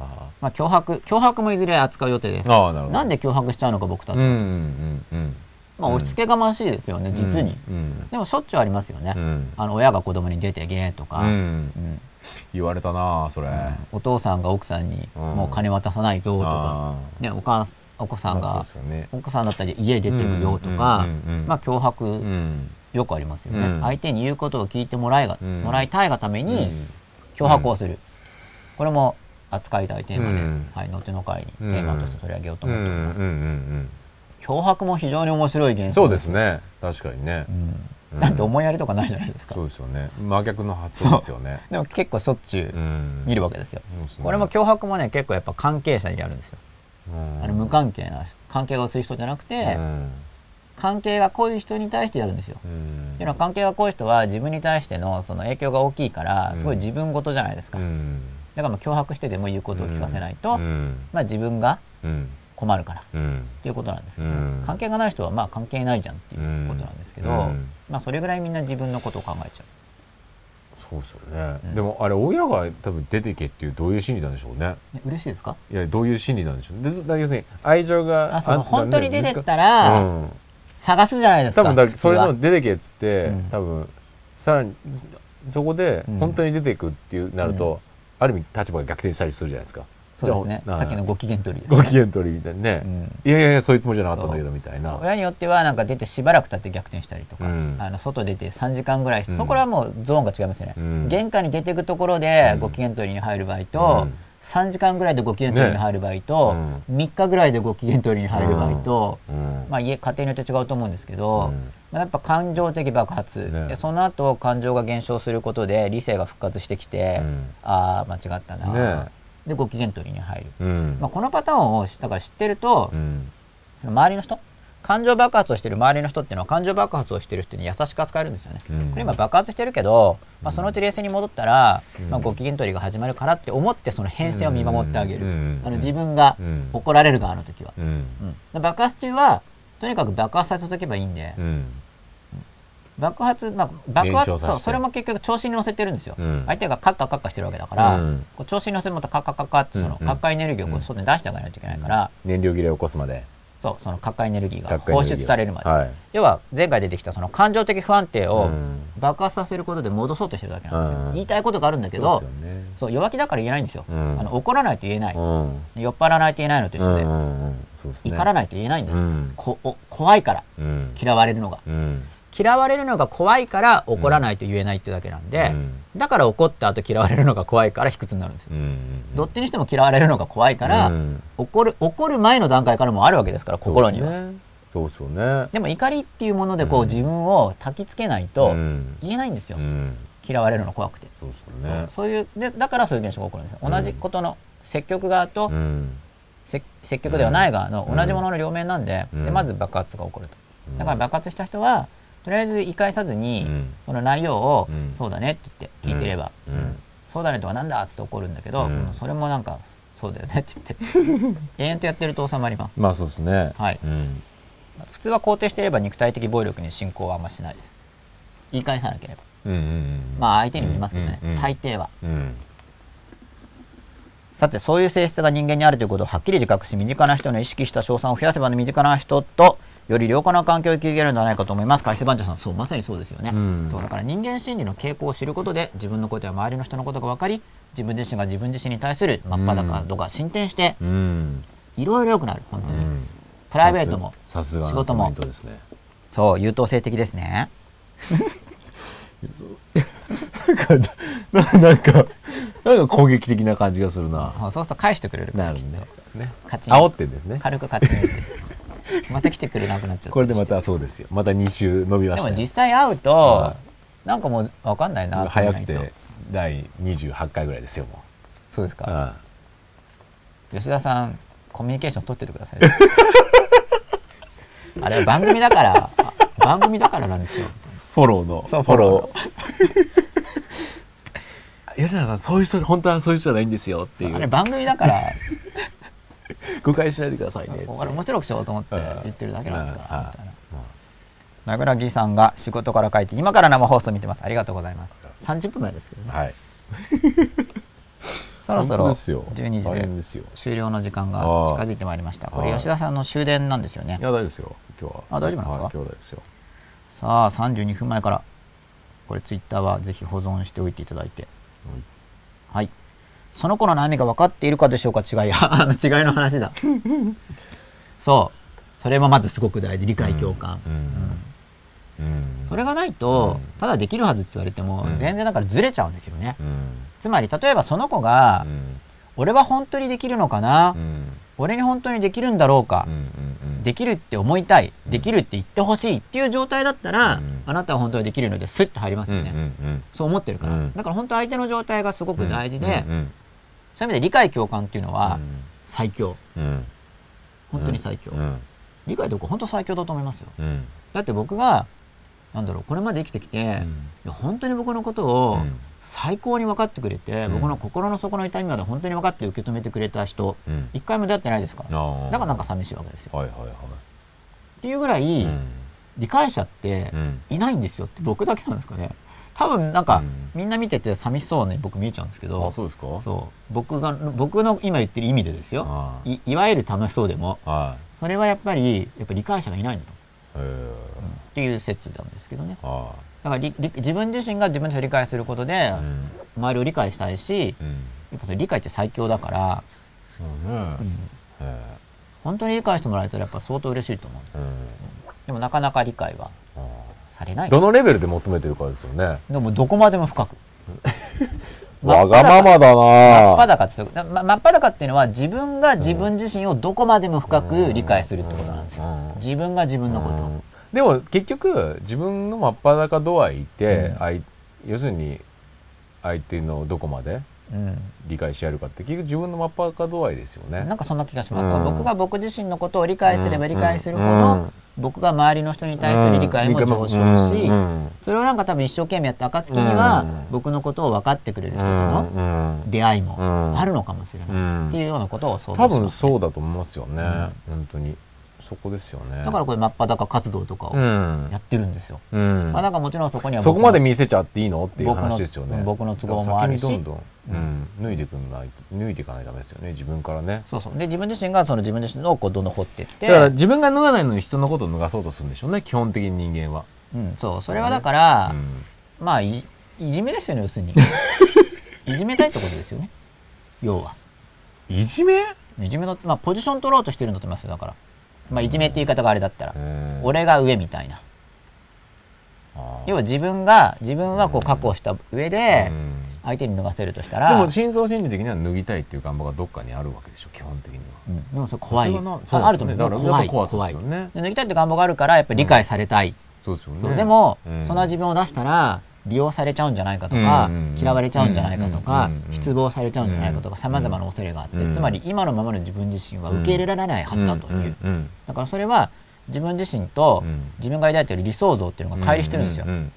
あまあ脅迫脅迫もいずれ扱う予定でーすあーなるほどなんで脅迫しちゃうのか僕たちうは、んうんうんまあ押し付けがましいですよね、うん実に、うんでもしょっちゅうありますよね、うんあの親が子供に出てゲーとか、ううんん言われたなあそれ、うんお父さんが奥さんにうんもう金渡さないぞとか、あーね、お母さんお子さんまあがそうですよね奥さんだったら家出てくよとかうんうんうんうんまあ脅迫、うんよくありますよね、うん相手に言うことを聞いてもらいが、うんもらいたいがためうにん脅迫をする、これも扱いたいテーマで、うんはい、後の回にテーマとして取り上げようとうんう思っんております、うんうん脅迫も非常に面白い現うん象そうですね確かにねうんうんだって思いやりとかないじゃないですか、そうですよね真逆の発想ですよねでも結構しょっちゅう見るわけですよ、そうですねこれも脅迫もね結構やっぱ関係者にあるんですよ、うんあの無関係な関係が薄い人じゃなくて、うん関係が濃い人に対してやるんですよ、うんっていうのは関係が濃い人は自分に対してのその影響が大きいからすごい自分事じゃないですか、うんだからまあ脅迫してでも言うことを聞かせないと、うんまあ、自分がうん困るからっうんていうことなんですけどね、うん関係がない人はまあ関係ないじゃんっていうことなんですけど、うんまあ、それぐらいみんな自分のことを考えちゃそうですよね、うんでもあれ親が多分出てけっていうどういう心理なんでしょうねう、ね、嬉しいですかいやどういう心理なんでしょうでずだから要するに愛情があそうそうった本当に出てったららうん、探すじゃないです多か分だから普通それはの出てけっつって、うん多分さらにそこでうん本当に出ていくっていうなると、ある意味立場が逆転したりするじゃないですかそうですねじゃあさっきのはいご機嫌取りですねご機嫌取りみたいなね、いやいやいやそういうつもりじゃなかったんだけどみたいうんな親によってはなんか出てしばらく経って逆転したりとか、うんあの外出て3時間ぐらいして、うんそこらはもうゾーンが違いますよね、うん玄関に出ていくところでうんご機嫌取りに入る場合と、うん3時間ぐらいでご機嫌取りに入る場合と、ね3日ぐらいでご機嫌取りに入る場合と、うんまあ、家家庭によって違うと思うんですけど、うんまあ、やっぱ感情的爆発、ねでその後感情が減少することで理性が復活してきて、うんああ間違ったな、ねでご機嫌取りに入る、うんまあ、このパターンをだから知ってると、うん周りの人感情爆発をしてる周りの人っていうのは感情爆発をしてる人に優しく扱えるんですよね、うんこれ今爆発してるけど、まあ、そのうち冷静に戻ったら、うんまあ、ご機嫌取りが始まるからって思ってその変遷を見守ってあげる、うんあの自分がうん怒られる側の時は、うんうんで爆発中はとにかく爆発させとけばいいんで、うん爆発、まあ、爆燃焼発さそせてうそれも結局調子に乗せてるんですよ、うん相手がカッカカッカしてるわけだから、うんこう調子に乗せてまたカッカカッカってその、うんカッカエネルギーをこう外に出してあげないといけないから、燃料切れを起こすまでそうそのカッカエネルギーが核エ放ネルギーを出されるまで、はい要は前回出てきたその感情的不安定うをん爆発させることで戻そうとしてるだけなんですよ、うん言いたいことがあるんだけどそそうう,、ですよね弱気だから言えないんですよ、うんあの怒らないと言えない、うん酔っ払わないと言えないのと一緒で、うんうんうんそうですね怒らないと言えないんです、うんこお怖いからうん嫌われるのがうん嫌われるのが怖いから怒らないと言えないってだけなんで、うんだから怒った後嫌われるのが怖いから卑屈になるんですよ、うんうんどっちにしても嫌われるのが怖いから、うん怒る怒る前の段階からもあるわけですから心には、そうですよねでも怒りっていうものでこう、うん自分を焚きつけないとうん言えないんですよ、うん嫌われるの怖くて、そうですそようねそういうでだからそういう現象が起こるんですうん同じことの積極側と、うんせ積極ではない側のうん同じものの両面なんで,、うんでまず爆発が起こるとうんだから爆発した人はとりあえず言い返さずに、うんその内容を、うんそうだね」って言って聞いてれば、うんそうだね」とか「なんだ」っつって怒るんだけど、うんそれもなんか「そうだよね」って言って延々とやってると収まります。まあそうですねはいうん普通は肯定していれば肉体的暴力に進行はあんましないです言い返さなければうんうんうんまあ相手にも言いますけどね、うんうんうん大抵はうんさてそういう性質が人間にあるということをはっきり自覚し身近な人の意識した称賛を増やせば、ね、身近な人とより良好な環境を生きるのではないかと思います改正番長さんそうまさにそうですよね、うんそうだから人間心理の傾向を知ることで自分のことや周りの人のことが分かり自分自身が自分自身に対する真っ裸度が進展してうんいろいろ良くなる本当うに、んプライベートもさすが仕仕事事ももコメントですねそう優等生的ですねなんかなんかなんか攻撃的な感じがするなそうすると返してくれるからなるきっとねねカチン煽ってんですね軽くカチンって また来てくれなくなっちゃったこれでまでたそうですよまた2週伸びましもたよ実際会うと、はなんかもう分かんないなって早く見ないてと第28回ぐらいですよもそうですか、う、うん吉田さんコミュニケーション取っててください あれ番組だからあ番組だからなんですよフォローのそうフォロー吉田さんそういう人本当はそういう人じゃないんですよっていあれう番組だ から誤解しないでくださいねあれ面白くしようと思ってうん言ってるだけなんですからみたいなうんうん名倉木さんが仕事から帰って今から生放送見てますありがとうございます30分前ですけどねはいそろそろ本当ですよ12時大で変ですよ終了の時間があ近ーづいてまいりましたこれはい吉田さんの終電なんですよねいや大丈夫ですよ今日はあ大丈夫なんですかはい今日は大丈夫ですよさあ32分前からこれツイッターはぜひ保存しておいていただいてはいその子の悩みが分かっているかでしょうか違い あの違いの話 だそうそれもまずすごく大事理解共感、うんうんそれがないと、うんただできるはずって言われても、うん全然だからずれちゃうんですよね、うんつまり例えばその子が、うん俺は本当にできるのかな、うん俺に本当にできるんだろうかうんう、んうんできるって思いたい、うんできるって言ってほしいっていう状態だったら、うんあなたは本当にできるのでスッと入りますよね、うんうんそう思ってるから、うんだから本当相手の状態がすごうくん大事で、うんうんそういう意味で理解共感っていうのはうん最強うん本当に最強、うん理解とか本当最強だと思いますようんだって僕がなんだろうこれまで生きてきて、いや本当に僕のことをうん最高に分かってくれて、うん僕の心の底の痛みまで本当に分かって受け止めてくれた人うん一回も出会ってないですからだあーからなんか寂しいわけですよはいはいはっていうぐらい、いうん理解者ってうんいないんですよって僕だけなんですかね多分なんか、うんみんな見てて寂しそうに僕見えちゃうんですけどあそうですかそう僕が僕の今言ってる意味でですよあーいいわゆる楽しそうでもはそれはやっぱりやっぱ理解者がいないんだと、いへーっていう説なんですけどねあだからりり自分自身が自分自身を理解することでーうん周りを理解したいしうんやっぱそれ理解って最強だから、そうねへ本当に理解してもらえたらやっぱ相当嬉しいと思うーうんでもなかなか理解はあされなーいどのレベルで求めてるかですよねでもどこまでも深く わがまま真だっな裸ってそういうだま真っ裸っていうのは自分が自分自身をどこまでも深く理解するってことなんですようん自分が自分のこと、うんでも結局自分の真っ裸度合いってうん、あい要するに相手のどこまでうん、理解し合えるかって結局自分の真っ裸度合いですよね。なんかそんな気がします、うん僕が僕自身のことを理解すれば理解するほど、うん僕が周りの人に対する理解も上昇し、うんそれをなんか多分一生懸命やった暁には、うん僕のことを分かってくれる人とのうん出会いもんあるのかもしれない、うんっていうようなことを想多像しま分すね、そうだと思いますよね、本当にそこですよねだからこれ真っ裸活動とかうをんやってるんですよ、うんまあ、なんかもちろんそこには僕そのこまで見せちゃっていいのっていう話ですよね僕の僕の都合もあるし先にどんどん、うん、脱いでくんない脱いでいかないとダメですよね自分からねそうそうで自分自身がその自分自身のこうどんどん掘っていってだから自分が脱がないのに人のことを脱がそうとするんでしょうね基本的に人間は、うん、そうそれはだから、うんまあいいじめですよね要する にいじめたいってことですよね要はいじめ、いじめの、まあ、ポジション取ろうとしてるんだと思いますよだから、まあ、いじめって言い方があれだったら、うん俺が上みたいなあー要は自分が自分はこう確保した上でうん相手に脱がせるとしたでら、うんも深層心理的には脱ぎたいっていう願望がどっかにあるわけでしょ基本的にはでもそれ怖いそれはなそうですよあねあると思うだから怖いやっぱ怖さ怖でいすよねで脱ぎたいって願望があるからやっぱり理解されたい、そうですよねそうでも、うんそんな自分を出したら利用されちゃうんじゃないかとか、うんうんうん嫌われちゃうんじゃないかとか、うんうんうん失望されちゃうんじゃないかとうんかさまざまな恐れがあって、うんつまり今のままの自分自身は受け入れられないはずだという、うんうんだからそれは自分自身とうん自分が抱いている理想像っていうのうんが乖離してるんですよ、ううん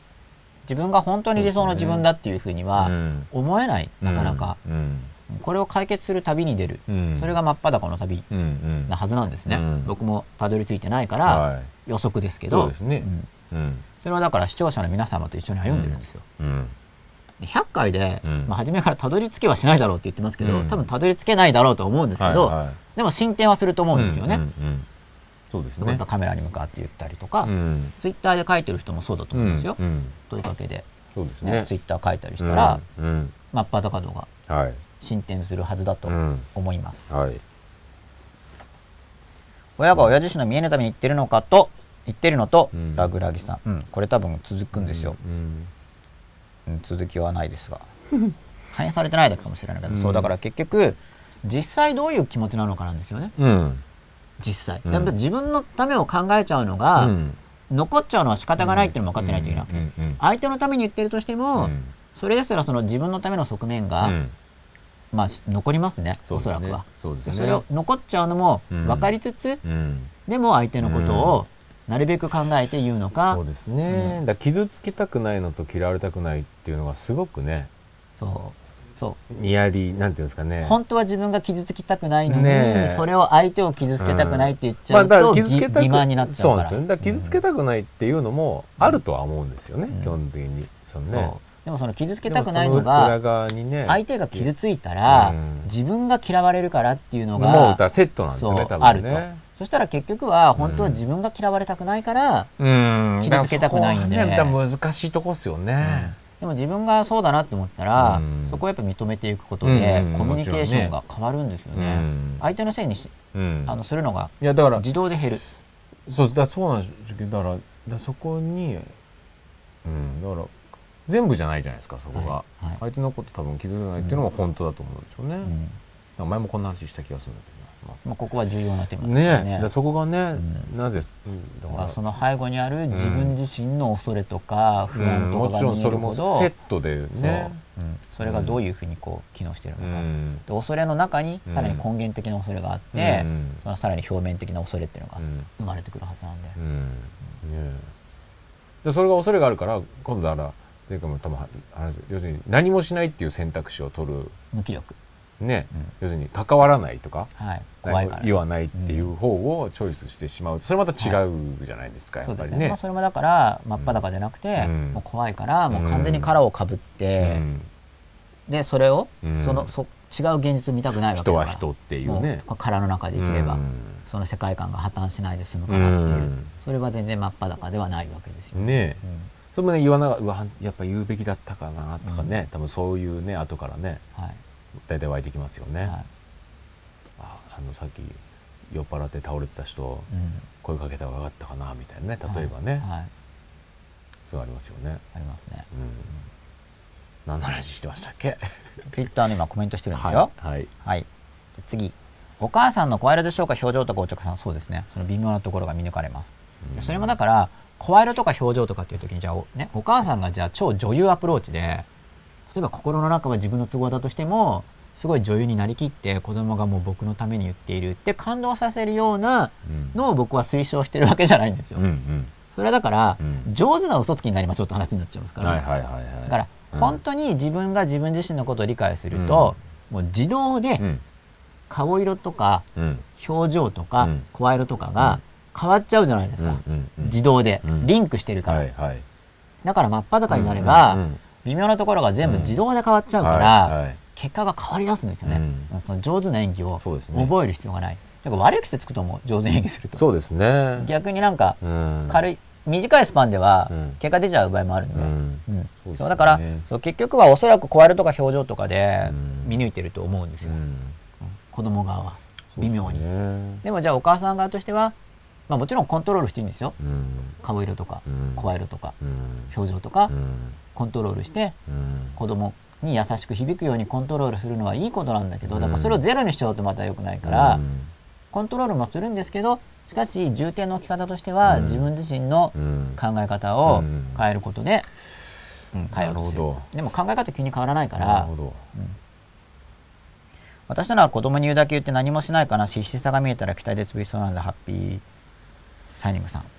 自分が本当に理想の自分だっていうふうにはうん思えないなかなか、うんうんこれを解決する旅に出る、うんそれが真っ裸の旅うんうんなはずなんですね、うん僕もたどり着いてないから、はい予測ですけどそうですねんうんそれはだから視聴者の皆様と一緒に歩んでるんですよ、うんで100回で、うんまあ、初めからたどり着けはしないだろうって言ってますけど、うん多分たどり着けないだろうと思うんですけど、はいはいでも進展はすると思うんですよね、うんうんうんそうです僕やねっぱカメラに向かって言ったりとか、うんツイッターで書いてる人もそうだと思うんですよ、うんうん問いかけで、そうですねねツイッター書いたりしたら、うんうんマッパー高度がはい進展するはずだとうん思います、はい親が親自身の見えないために言ってるのかと言ってるのと、うんラグラギさん、うんこれ多分続くんですよ、うんうん続きはないですが反映されてないだけかもしれないけど、うんそうだから結局実際どういう気持ちなのかなんですよねうん実際、うんやっぱ自分のためを考えちゃうのが、うん残っちゃうのは仕方がないっていうのも分かってないといけなくて、うんうんうん相手のために言ってるとしても、うんそれですらその自分のための側面が、うんまあし残りますねそうおですそねらくはそうですねそれを残っちゃうのもうん分かりつつ、うんでも相手のことをなるべく考えて言うのか、そうですね、うだから傷つけたくないのと嫌われたくないっていうのがすごくねそうそうニヤリなんていうんですかね本当は自分が傷つきたくないのに、ねえそれを相手を傷つけたくないって言っちまゃあうだからと、ぎ傷つけたく欺瞞になっちゃそううなからんですよねだから傷つけたくないっていうのもあるとは思うんですよね、うん基本的にそのうんねそうでもその傷つでけもたくないのそ裏が側にね相手が傷ついたら、うん自分が嫌われるからっていうのがもうだからセットなんですよそねう多ある分とねそしたら結局は本当は自分が嫌われたくないから、うん傷つけたくないんでだからそこはねだから難しいとこっすよね、でも自分がそうだなって思ったら、うんそこをやっぱ認めていくことで、うんコミュニケーションが変わるんですよね。うん相手のせいにしうんあのするのがいやだから自動で減る。そうだからそうなんですよだからだからそこにうんだから全部じゃないじゃないですかそこが、はいはい相手のこと多分気づかないっていうのも本当だと思うんですよね、うなんんか前もこんな話した気がするんだけどなまあ、ここは重要なテーマですねよえ、ねだからそこがね、なぜ、だまあその背後にある自分自身の恐れとか不安ともかちろがん見そえれるもほセど、ットでそうねうんそれがどういうふうにこう機能してるうのか、んで恐れの中にうんさらに根源的な恐れがあって、うんそのさらに表面的な恐れっていうのがうん生まれてくるはずなんで、うんねえでそれが恐れがあるから今度だからていうかもう多分は話要するに何もしないっていう選択肢を取る無気力、ね、うん要するに関わらないとかはい、怖いから言わないっていう方をチョイスしてしまうそれまた違うじゃないですか、そやうですっぱねりねまあ、それもだから真っ裸じゃなくて、うんもう怖いからもう完全に殻をかぶって、うんでそれを、うんそのそ違う現実を見たくないわけだ人かはら人っていうもねう殻の中で生きれば、うその世界観が破綻しないで済むからっていう、うんそれは全然真っ裸ではないわけですよんね。ねうえんそれもね言わながらうわやっぱ言うべきだったかなとかね、多分そういうね後からねはい大体湧いてきますよね、はいああのさっき酔っ払って倒れてた人うん声かけた方が良かったかなみたいなね例えばね、はいはいそういうのありますよね、あります ね。うん何の話してましたっけツイッターの今コメントしてるんですよ。はい、はい、はい。で次。お母さんの声色でしょうか表情とかお着さんそうですねその微妙なところが見抜かれますでそれもだから声色とか表情とかっていう時にじゃあお,、ね、お母さんがじゃあ超女優アプローチで例えば心の中は自分の都合だとしてもすごい女優になりきって子供がもう僕のために言っているって感動させるようなうんのを僕は推奨してるわけじゃないんですよ、うんうんそれはだから、うん上手な嘘つきになりましょうって話になっちゃいますから、はいはいはいはいだから、うん本当に自分が自分自身のことを理解すると、もう自動でうん顔色とかうん表情とかうん声色とかが変わっちゃうじゃないですか、うんうんうん自動で、うんリンクしてるから、はいはいだから真っ裸になれば、うんうんうん微妙なところが全部自動で変わっちゃうから、はいはい結果が変わりだすんですよね、うんその上手な演技をそうですね覚える必要がない、だから悪い癖つくと思う上手に演技するとそうですね逆になんかうん軽い短いスパンではうん結果出ちゃう場合もあるんで、うんうんそうですねそうだからそう結局はおそらく声色とか表情とかでうん見抜いてると思うんですうよ、ん子供側は微妙にそうですねでもじゃあお母さん側としては、まあ、もちろんコントロールしていいんですようん顔色とかうん声色とかうん表情とかうんコントロールしてうん子供に優しく響くようにコントロールするのはいいことなんだけどだかうらんそれをゼロにしちゃうとまた良くないからうんコントロールもするんですけどしかし重点の置き方としてはうん自分自身のうん考え方をうん変えることで、うん、変えようとするなるほでも考え方急に変わらないかなるらほど私なら子供に言うだけ言って何もしないかな必死さが見えたら期待で潰しそうなのでハッピーサイニングさん、うん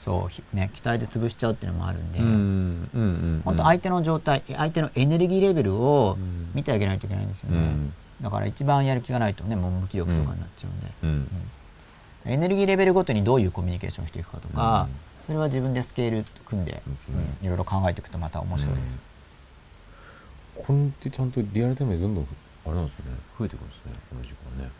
そうひね期待で潰しちゃうっていうのもあるんで、うんうんうん本当相相手の状態相手のエネルギーレベルをうん見てあげないといけないんですよね、うんだから一番やる気がないとねもう無気力とかになっちゃうんで、うんエネルギーレベルごとにどういうコミュニケーションをしていくかとか、それは自分でスケール組んで、ううんんいろいろ考えていくとまた面白いです、これってちゃんとリアルタイムでどんどんあれなんですよね増えてくるんですねこの時間ね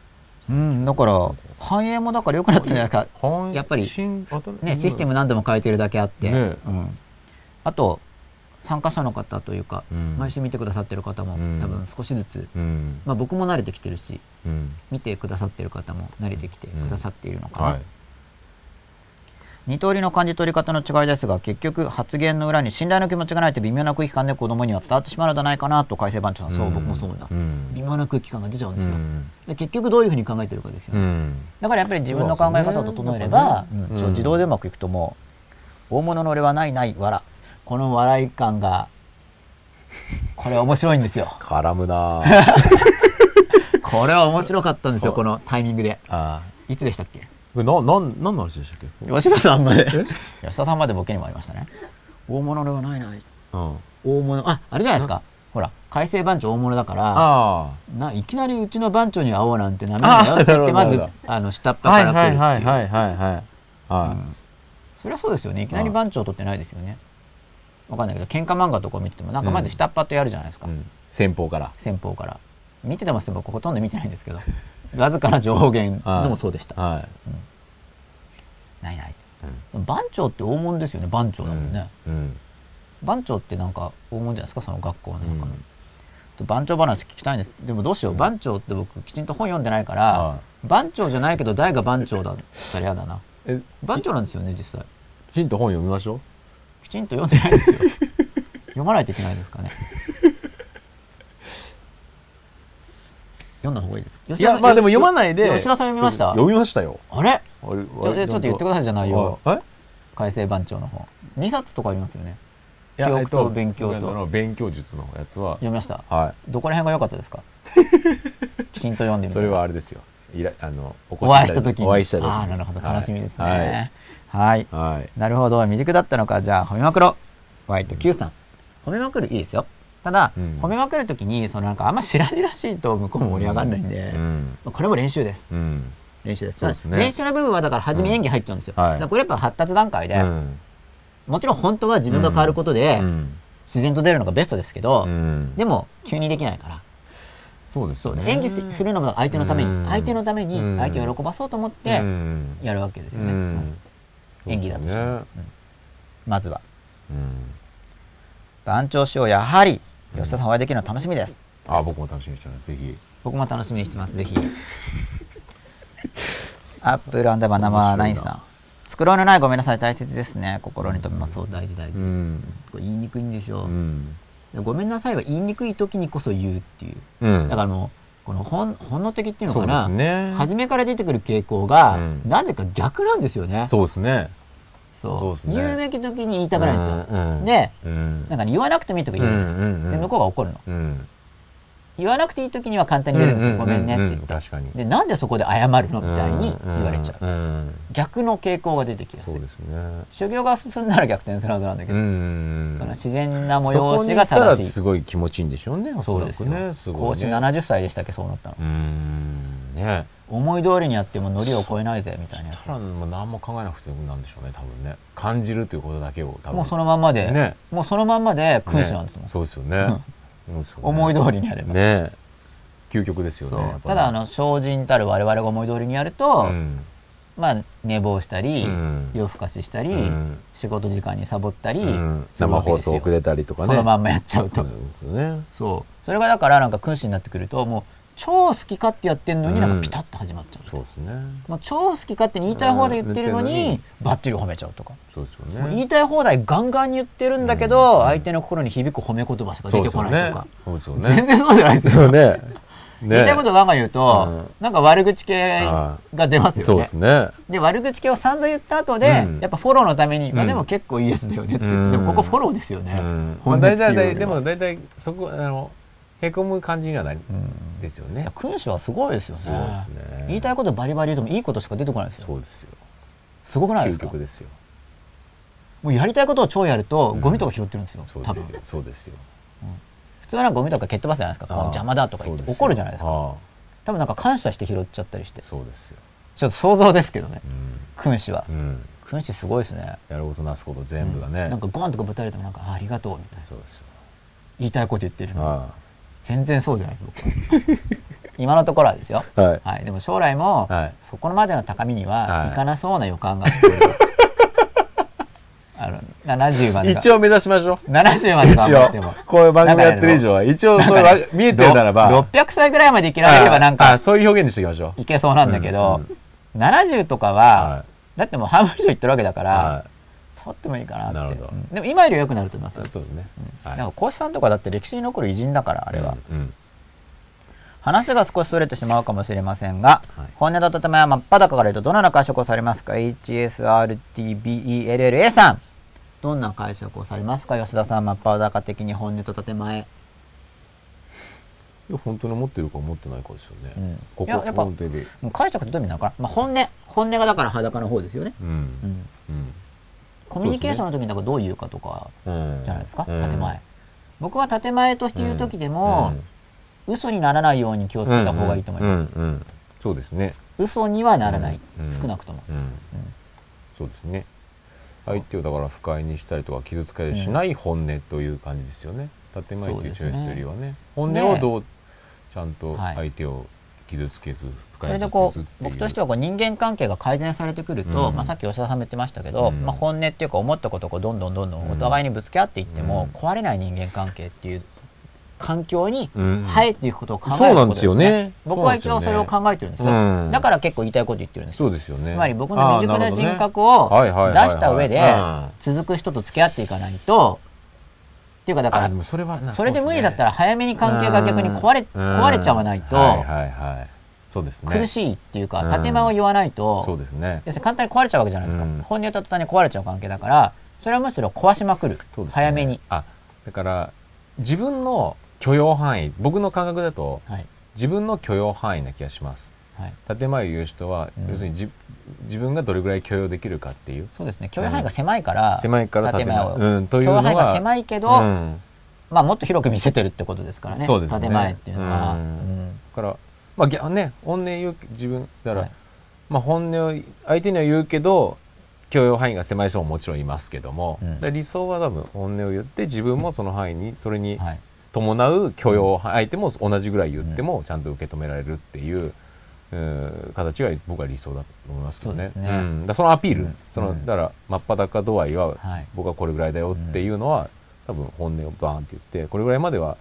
うん、だから繁栄もだから良くなってるんじゃないか、反やっぱり新あとね、システム何度も変えてるだけあって、ねうん、あと参加者の方というか、うん毎週見てくださってる方もうん多分少しずつ、うんまあ、僕も慣れてきてるしうん見てくださってる方も慣れてきてくださっているのかな、はい二通りの感じ取り方の違いですが結局発言の裏に信頼の気持ちがないと微妙な空気感で子供には伝わってしまうのではないかなと改正番長さんそう、僕もそう思います、うん微妙な空気感が出ちゃうんうですよ、んで結局どういうふうに考えてるかですようね、んだからやっぱり自分の考え方を整えればそうですねなんうかんねうんそう自動でうまくいくと思う大物の俺はないない笑この笑い感がこれ面白いんですよ絡むなぁこれは面白かったんですよそうこのタイミングであーいつでしたっけこれななんなんの話でしたっけ吉田さんまで吉田さんまでボケにもありましたね大物の俺はないないうん大物ああれじゃないですかほら改正番長大物だからあないきなりうちの番長に会おうなんてなめんなよって言ってあーなまるほどずなるあの下っあ端はいからは来るっていはいいう、はいはいはいはそれはそうですよねいきなりうん番長取ってないですよねわかんないけど喧嘩漫画とか見ててもなんかまず下っ端とやるじゃないですか、いうん先方から先方から見ててます僕ほとんど見てないんですけど わずかな上限でもそうでした、はないないいでも番長って大物ですよね番長うだんもんね、うん番長ってなんか大物じゃないですかその学校の中の、うんちょっと番長話聞きたいんですでもどうしよう、番長って僕きちんと本読んでないから、は番長じゃないけど誰が番長だったら嫌だなえ番長なんですよね実際きちんと本読みましょうきちんと読んでないですよ読まないといけないですかね読んだ方がいいですかいやまあでも読まいないで吉田さん読みました読みましたよあれあれちちょちょっと言ってくださいじゃないよえ改正番長の本2冊とかありますよねいや記憶とえっ勉強と僕の勉強術のやつは読みましたはどこら辺が良かったです かきちんと読んでいみそてれはあれですよいらあのお越お会いした時にお会いした時にああなるほどはい楽しみですねはい、はいはいなるほど未熟だったのかじゃあ褒めまくろうワイト Q さん褒めまくるいいですよただ、うん褒めまくるときにそのなんかあんま白々しいと向こうも盛り上がらないんで、うんまあこれも練習ですうん練習ですそうですね練習の部分はだから初め演技入っちゃうんですよ、うんはいだからこれやっぱ発達段階で、うんもちろん本当は自分が変わることでうん自然と出るのがベストですけど、うんでも急にできないからそうですそうよね、ね演技すするのも相手のために、うん相手のためにうん相手を喜ばそうと思ってうんやるわけですよね、ううんん演技だとしても、そうですねうんまずはうん番長賞やはり吉田さんお会いできるの楽しみです、あ僕も楽しみにしてるぜひ僕も楽しみにしてますぜひ アップルアンダーバー生ナインさん繕いのないごめんなさい大切ですね心に留めますそう大事大事、うんこれ言いにくいんですよう、んごめんなさいは言いにくい時にこそ言うっていううんだからもうこの本本能的っていうのそかうでな、すね初めから出てくる傾向が、うんなぜか逆なんですよねそうですねそうそうですね言うべき時に言いたくないんですよ、うんうんでうんなんかね言わなくてもいいとか言う、うんうんうんで向こうが怒るのうん言わなくていい時には簡単に言えるんですよ、うんうんごうんうんめんねって言ったら確かにでなんでそこで謝るのみたいに言われちゃう、うんん逆の傾向が出てきやすそういですね修行が進んだら逆転するはずなんだけうど、んその自然な催しがそこに行った正らしすいごい気持ちいいんでしょうねおそらうくですねよすご講い師ね70歳でしたっけそうなったのうーんね思い通りにやってもノリを超えないぜみたいなやただつもう何も考えなくてなんでしょうね多分ね感じるということだけを多分もうそのまんまで、ねもうそのまんまで君主なんですもん、ねそうですよねうんそうね思い通りにやれば、ね究極ですよそねうやっぱたねだあの精進たる我々が思い通りにやると、うんまあ寝坊したり、うん夜更かししたり、うん仕事時間にサボったりうんする生わけ放です送よ、遅れたりとかねそのまんまやっちゃうと、そうですよねそうそれがだからなんか君子になってくるともう超好き勝手やってんのになんかピタッと始まっちゃう、そうですねもう超好き勝手に言いたい放題言ってるのうん言ってにるバッチリ褒めちゃうとか、そうですよもう言いねたい放題ガンガンに言ってるんだけど、相手の心に響く褒め言葉しかそ出てうですこよないねとか、そうですよ ね全然そうじゃないですよ、ね。 言いたいことガンガン言うと、うんなんか悪口系が出ますそようねですね。で悪口系を散々言った後で、うんやっぱフォローのために、まあ、うんでも結構イエスだよねって言って、うんでもここフォローですよね、ま本音あってい大うよりは体大体でも大体そこあのへこむ感じにはなりですよいねや。君主はすごいですよねそうですね言いたいことバリバリ言うてもいいことしか出てこないですよそうですよ。すごくないで究すか極ですよ。もうやりたいことを超やるとうんゴミとか拾ってるんですよ、そう多で分すよそうですよ普通ならゴミとか蹴っ飛ばすじゃないですかこうあー邪魔だとか言ってそうですよ怒るじゃないですかあ多分なんか感謝して拾っちゃったりしてあちょそうですよっと想像ですけどねう君主はん、うん、君主すごいですねやることなすこと全部がね、なんかゴンとかぶたれてもなんかあありがとうみたいなそうですよ言いたいこと言ってるのにあ全然そうじゃないです僕は今のところはですよ、あはいはい、でも将来も、はいそこまでの高みにははいいかなそうな予感がしておりますあの70までは一応目指しましょう70まで一頑張っても応こういう番組やってる以上は一応そういうわ見えてるならばろ600歳ぐらいまで生きられればなんああかそういう表現にしていきましょういけそうなんだけど、うん70とかは、はだってもう半分以上いってるわけだから、はちょっともいいかななってるほどうんでも今よりは良くなると思いますよいそうですね、なんはいか孔子さんとかだって歴史に残る偉人だからあれは、うんうん話が少し逸れてしまうかもしれませんが、はい本音と建前は真っ裸から言うとどのような解釈をされますか HSRTBELLA さんどんな解釈をされますか吉田さん真っ裸的に本音と建前、いや本当に思ってるか思ってないかですよね、うんここいややっぱ本当にもう解釈ってどういう意味なのかな、まあ、本音本音がだから裸の方ですよね、ううんん、うんコミュニケーションの時にだからどう言うかとかうんじゃないですか、うん建前僕は建前として言う時でも、嘘にならないように気をうつんうんけた方がいいと思います、うんうんそうですね嘘にはならない、うん少なくとも、うんうんそうですね相手をだから不快にしたりとか傷つけたりしない本音という感じですよね、建前っていうチョイスよりはね本音をどうちゃんとはい相手を傷つけず不そ快れにでこせずっうていう僕としてはこう人間関係が改善されてくると、うんまあ、さっき吉田さんも言ってましたけど、うんまあ、本音っていうか思ったことをこうどんどんどんどんうんお互いにぶつけ合っていっても、うん壊れない人間関係っていう環境にうん入っていくことを考えそるうこなんとでですすよね,、ね僕は一応それを考考えてるんですよ、うんだから結構言いたいこと言ってるんですそようですよねつまり僕の未熟な人格をあ出ーなるほどねはいはいはいはいした上でうん続く人と付き合っていかないとっていうかだだからそれはなそれで無理だったらそう早めに関係が逆に壊れ,、ですねうん壊れちゃわないとはいはいはいそうですね苦いしいっていうか、うん建前を言わないと、そうですね要するに簡単に壊れちゃうわけじゃないですか、うん本音と伝えに壊れちゃう関係だからそれはむしろ壊しまくる、そうですね早めに、あだから自分の許容範囲僕の感覚だとはい自分の許容範囲な気がしますはい、建前を言う人は、うん要するにじ自分がどれぐらい許容できるかっていうそうですね許容範囲が狭いから、狭いから建前建前をうん、という許容のは範囲が狭いけど、うんまあ、もっと広く見せてるってことですからねそうですね建前っていうのは、うんうんだからまあぎゃね本音言う自分だから、はいまあ本音を相手には言うけど許容範囲が狭い人ももちろんいますけども、うんだから理想は多分本音を言って自分もその範囲にそれにはい、伴う許容範相手も同じぐらい言ってもちゃんと受け止められるっていう、うん形が僕は理想だと思いますよね。そうですねん、だからそのアピール、うんそうのんだから真っ裸度合いははい僕はこれぐらいだよっていうのは、多分本音をバーンって言ってこれぐらいまでは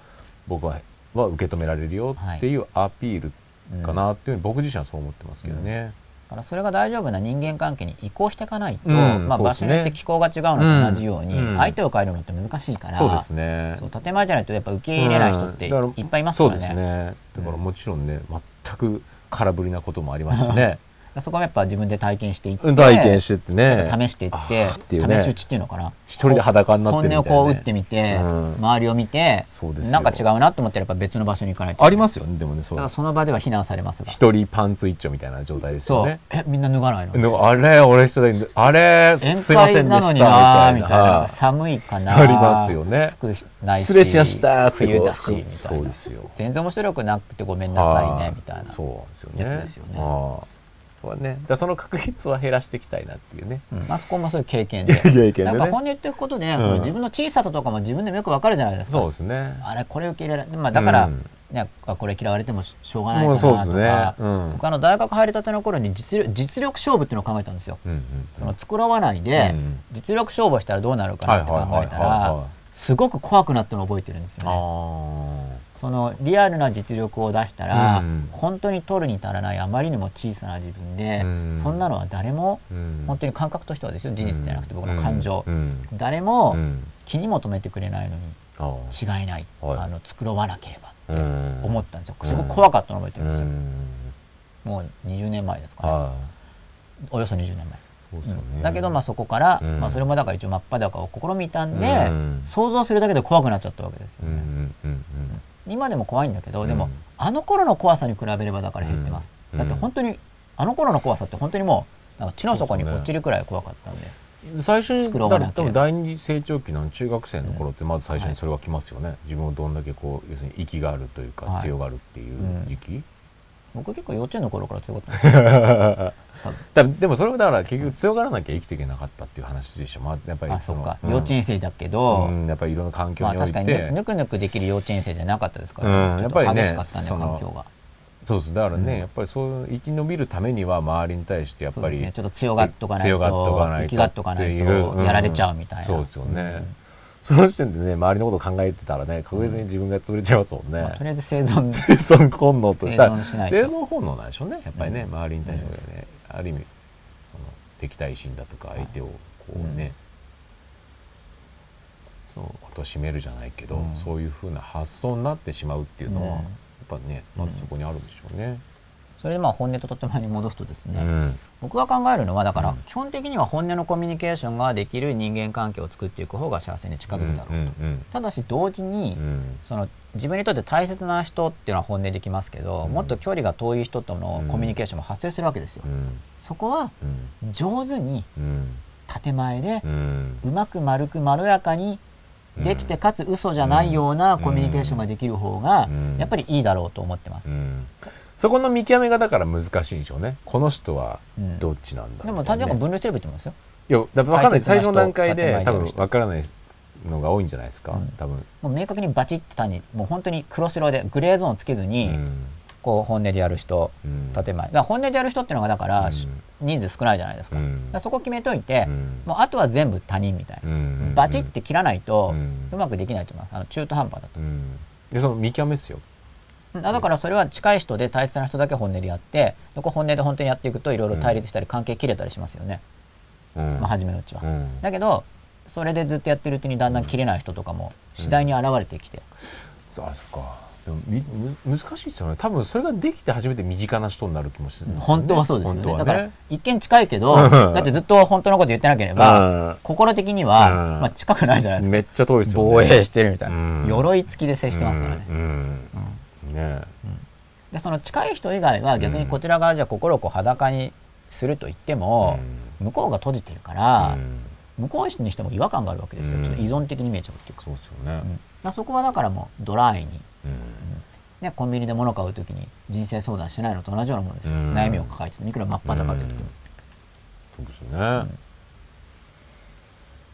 僕はは受け止められるよっていうアピールうんかだなっていうふうに僕自身はそう思ってますけどね。からそれが大丈夫な人間関係に移行していかないと、うんまあ、そう場です所ねによって気候が違うのと同じように、うん相手を変えるのって難しいからそうですねそう建前じゃないとやっぱ受け入れない人っていうんだらっぱいいますからそうですねね。だからもちろんね全く空振りなこともありますしね。 そこはやっぱ自分で体験していって、うん体験してってね試していってあーっていうね試し打ちっていうのかな一人で裸になって本みたい音なをね、こう打ってみて、うん周りを見てそうですよなんか違うなと思ったらやっぱ別の場所に行かないとありますよねでもねそだからうその場では非難されますが一人パンツ一丁みたいな状態ですよそう、ねえみんな脱がないのなんかあれ俺一人であれすいま宴会せんでなしたのみにたいななみたいななんかは寒いかなありますよね服ないし失礼しましたってこう冬だしみたいなそうですよ全然面白くなくてごめんいなさいねみたいなそうなんですよねやつですよねあーそうだねだからその確率は減らしていきたいなっていうねうんまあ、そこもそういう経験で経験でねやっぱ本音言っていくことで、その自分の小ささとかも自分でもよくわかるじゃないですかそうですねあれこれ受け入れられ、まあ、だから、うんね、あこれ嫌われてもししょうがないかもなうとそうか、ですねうん僕あの大学入りたての頃に実力実力勝負っていうのを考えたんですよ、うんうんその作らわないで、うん実力勝負をしたらどうなるかなって考えたはいはいはいはいはらいすごく怖くなったのを覚えてるんですよねあそのリアルな実力を出したら、うん本当に取るに足らないあまりにも小さな自分で、うんそんなのは誰もあ、うん本当に感覚としてはですよ事実じゃなくて僕の感情、うん誰うもん気にも留めてくれないのにあー違いない、はいあの繕わなければってうん思ったんですよ、すごく怖かったのを覚えてるんですうよ、んもう20年前ですかね、あおよそ20年前、ーそうですよねだけどまあそこから、うんまあ、それもだから一応真っ裸を試みたんで、うん想像するだけで怖くなっちゃったわけですようんうね、んうん今でも怖いんだけどでも、うんあの頃の怖さに比べればだから減ってます、うんだって本当にあの頃の怖さって本当にもうなんか血の底に落ちるくらい怖かったんで、最初に作ろうがなければ多分第二次成長期の中学生の頃ってまず最初にそれはきますよね、自分をどんだけこう要するに息があるというか、はい強があるっていう時期、僕結構幼稚園の頃からそういうこと だでもそれもだから結局強がらなきゃ生きていけなかったっていう話でしょ、まあ、やっぱりあそっか、のうん幼稚園生だけど、うん、やっぱりいろんな環境まあにおい確て、かにぬぬくぬくできる幼稚園生じゃなかったですから、うんちょっやっぱとりね激しかったねその環境がそうですだからね、うんやっぱりそう生き延びるためには周りに対してやっそうぱですり、ねちょっと強がっとかないと強がっとかないと生きがっとかないとやられちゃうみたいな、んそうですよね、うんその時点でね周りのこと考えてたらね確実に自分が潰れちゃいますもんね、まあとりあえず生存 生存本能と生だから存しない生と存本能なんでしょうねやっぱりね、うん周りに対してね、ある意味その敵対心だとか相手をこうね、そう貶としめるじゃないけど、うんそういうふうな発想になってしまうっていうのは、うんやっぱねまずそこにあるんでしょうね。それでまあ本音と建前に戻すとですね、うん僕が考えるのはだからうん基本的には本音のコミュニケーションができる人間関係を作っていく方が幸せに近づくだろう、うんうんただし同時に、うんその自分にとって大切な人っていうのは本音できますけど、うんもっと距離が遠い人とのコミュニケーションも発生するわけですよ、うんそこはうん上手にうん建前でうんうまく丸くまろやかにできてかつ嘘じゃないようなコミュニケーションができる方がうんやっぱりいいだろうと思ってます、うんそこの見極めがだから難しいんでしょうねこの人はどっちなんだ、でもみたい単な純ねに分類すればいいと思いますよいやだから分かんない大切な最人初の段階で建前で多ある分人分からないのが多いんじゃないですか、うん多分、もう明確にバチッと単にもう本当に黒白でグレーゾーンをつけずうに、んこう本音でやる人うん建前だから本音でやる人っていうのがだから、うんし人数少ないじゃないですか,、うんそこ決めといて、うんもうあとは全部他人みたいな、うんバチッて切らないとうんうまくできないと思いますあの中途半端だとうんでその見極めですよあだからそれは近い人で大切な人だけ本音でやってそこ本音で本当にやっていくといろいろ対立したり関係切れたりしますよね、うんまあ、初めのうちは、うんだけどそれでずっとやってるうちにだんだん切れない人とかも次第に現れてきて、そうあそっかでもみむ難しいですよね多分それができて初めて身近な人になる気もするんですよね、本当はそうですよね本当はだから一見近いけどうんだってずっと本当のこと言ってなければ、うん心的には、うんまあ、近くないじゃないですか、めっちゃ遠いですよね防衛してるみたいな、うん鎧付きで接してますからね、うんうんねでその近い人以外は逆にこちら側じゃ心をこう裸にすると言っても、向こうが閉じてるから、うん向こうにしても違和感があるわけですよ、うんちょっと依存的に見えちゃうっていうか,、そうですようんね、まあそこはだからもうドライに、うんね、コンビニで物買う時に人生相談しないのと同じようなものですよ、うん悩みを抱えてていくら真っ裸って時も、うんそうですよね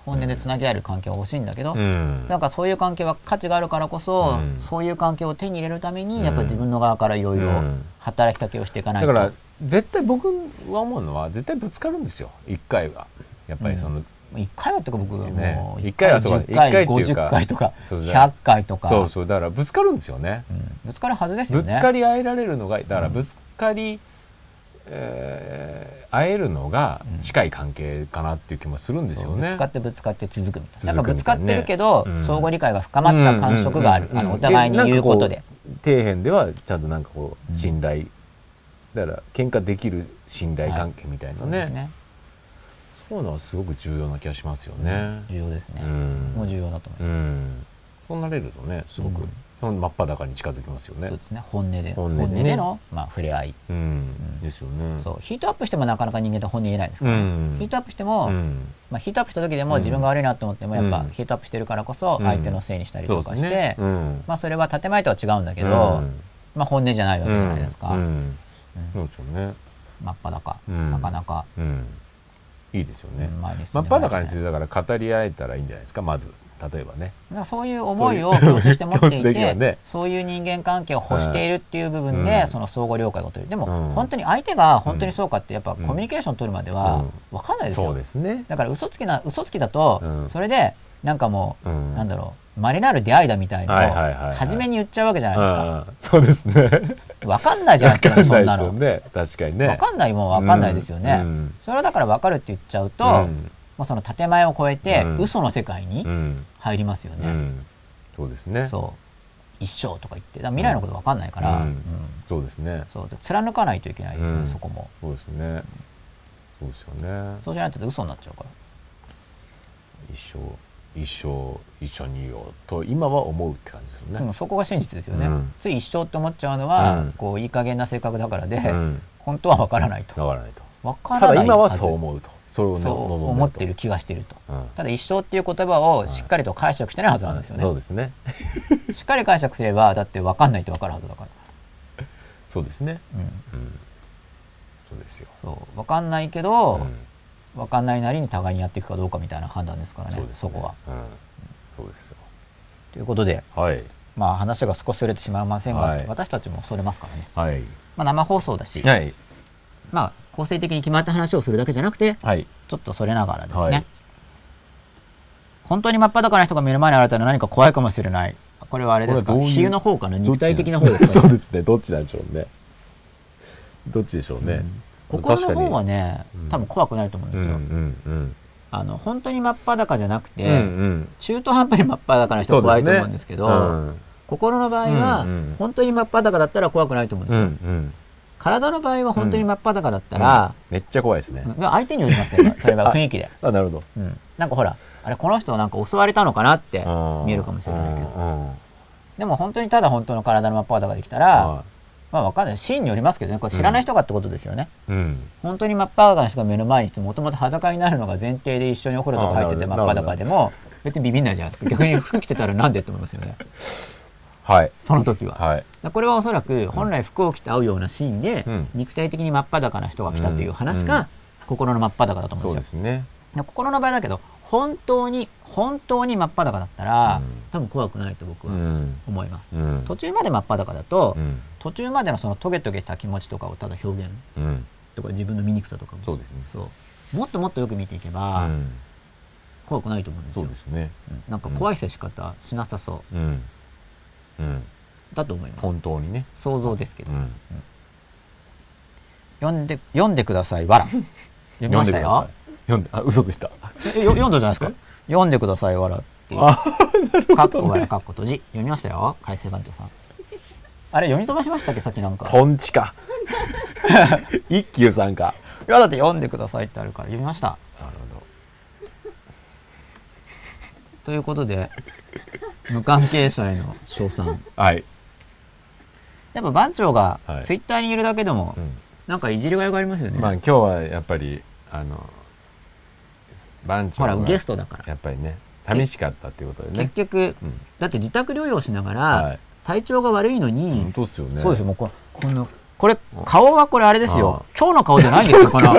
本音でつなぎ合える関係は欲しいんだけど、うんなんかそういう関係は価値があるからこそ、うんそういう関係を手に入れるためうんにやっぱり自分の側からいろいうろん働きかけをしていかないだと、から絶対僕は思うのは絶対ぶつかるんですよ一回はやっぱりその、 1回はとか僕はねもう一1回回はそう10一回回っていうか50回とかそうだ100回とかそうそうだからぶつかるんですよね、うんぶつかるはずですよぶねつかり合えられるのがだからぶつかり、えー会えるのが近い関係かなっていう気もするんですそようぶね。つかってぶつかって続くみたいななんか続くぶみつたかいなっねてるけど、うん相互理解が深まった感触がある、うんうんあうんのお互いに言うことでなんかう底辺ではちゃんとなんかこううん信頼、だから喧嘩できる信頼関係みたいなね,、そうですねそういうのはすごく重要な気がしますよね。重要ですね、うんもう重要だと思いまうんそうなれるとねすごうく、んほん、真っ裸に近づきますよす、ねそう。ですね本音で本本音音でねでの、まあ、触れ合い、うんうんですよね。そうヒートアップしてもなかなか人間って本音言えないですうから、んヒートアップしても、うんまあ、ヒートアップした時でうもん自分が悪いなと思ってもやっぱうんヒートアップしてるからこそ相手のせいにしたりとかして、そうですねうんまあ、それは建前とは違うんだけど、うんまあ、本音じゃないわけじゃないですか、うんうんうんそうですよね。真っ裸、うんなかなかうんいいですよね。前に進真んっでないですね裸についてだから語り合えたらいいんじゃないですかまず例えばね。だからそういう思いを共通して持っていそういう共通でてきるよねそういう人間関係を欲しているっていう部分うで、んその相互了解が取れるでも、うん本当に相手が本当にそうかってやっぱコミュニケーション取るまではうん分かんないですよ、そうですね。だから嘘つきな嘘つきだと、うんそれでなんかもう、うんなんだろうまれなる出会いだみたいはいはいはいなはい初めに言っちゃうわけじゃないですか、うんそうですね。分かんないじゃないわですかかそんなんいでなすよの、ね。確かにね。分かんないもん分かんないですよね、うんうんそれをだから分かるって言っちゃうと、うんもうその建前を超えて、うん嘘の世界にうん入りますよね、うんそうですね。そう一生とか言ってだから未来のこと分かんないから、うんうんそうですね。そうで貫かないといけないですね、うんそこもそうですね。そうですよね。そうじゃないと嘘になっちゃうから一生一生一緒にいようと今は思うって感じですよね。でもそこが真実ですよね、うんつい一生って思っちゃうのは、うんこういい加減な性格だからで、うん本当は分からないとわからないと。分からたないだ今はずそう思うと。それをねそう望んでると思ってる気がしていると。うんただ一生っていう言葉をしっかりと解釈してないはずなんですよね。そうですねしっかり解釈すればだって分かんないって分かるはずだから。そうですねうん、うんそうですよそう分かんないけど、うん分かんないなりに互いにやっていくかどうかみたいな判断ですからねそそうですねこは。うんそうですよということで、はいまあ、話が少しそれてしまいませんが、はい私たちもそれますからね、はいまあ、生放送だし、はいまあ、構成的に決まった話をするだけじゃなくてはいちょっとそれながらですね、はい本当に真っ裸な人が目の前に現れたら何か怖いかもしれないこれはあれですかこれはどういう比喩の方かな肉体的な方ですか そうねですねどっちなん でしょうねどっちでしょうね、心の方はねねうん多分怖くないと思うんうでんすうよ、んうんあの本当に真っ裸じゃなくて、うんうん中途半端に真っ裸な人は怖いと思うんですけどそうですね心の場合は、うんうん本当に真っ裸だったら怖くないと思うんでうすんうよ、ん体の場合は本当に真っ裸だったら、めっちゃ怖いですね、うん相手によりますよ それは雰囲気で、あなるほどうんなんかほらあれこの人なんか襲われたのかなってうん見えるかもしれないけどうんうんでも本当にただ本当の体の真っ裸ができたら、はまあわかんないシーンによりますけどねこれ知らない人がってことですよね、いうん本当に真っ裸の人が目の前にいてもともと裸になるのが前提で一緒にお風呂とか入っててあー真なっるほど裸でも別にビビんないじゃないですか逆に服着てたらなんでって思いますよねはいその時ははいだからこれはおそらく本来服を着て会うようなシーンで、うん肉体的に真っ裸な人が来たという話うんうんが心の真っ裸だと思そううんでですよ。すねで心の場合だけど本当に本当に真っ裸だったら、うん多分怖くないと僕うはん思います。うん途中まで真っ裸だと、うん途中までのそのトゲトゲした気持ちとかをただ表現うんとか自分の醜さとかもそうですねそうもっともっとよく見ていけうば、ん怖くないと思うんですそようですねうんなんか怖い接し方しなさそうんうんうだと思います、本当にね想像ですけど、うん読んで読んでくださいわら読みましたよ読んでください読んであ嘘でしたえよ読んだじゃないですか読んでくださいわらっていうあかっこわらかっこ閉じ読みましたよ改正番長さんあれ読み飛ばしましたっけさっきなんかいトンチか 一休さんかやだって読んでくださいってあるから読みましたなるほということで無関係者への称賛どはいやっぱ番長がはいツイッターにいるだけでも、なんかいじりがいがありますよね、まあ今日はやっぱりあの番長ほらがゲストだから、やっぱりね寂しかったっていうことでね結局うんだって自宅療養しながら、はい体調が悪いのに、本当っすよねそうですよもうここのこれ顔がこれあれですよあ今日の顔じゃないんですよこの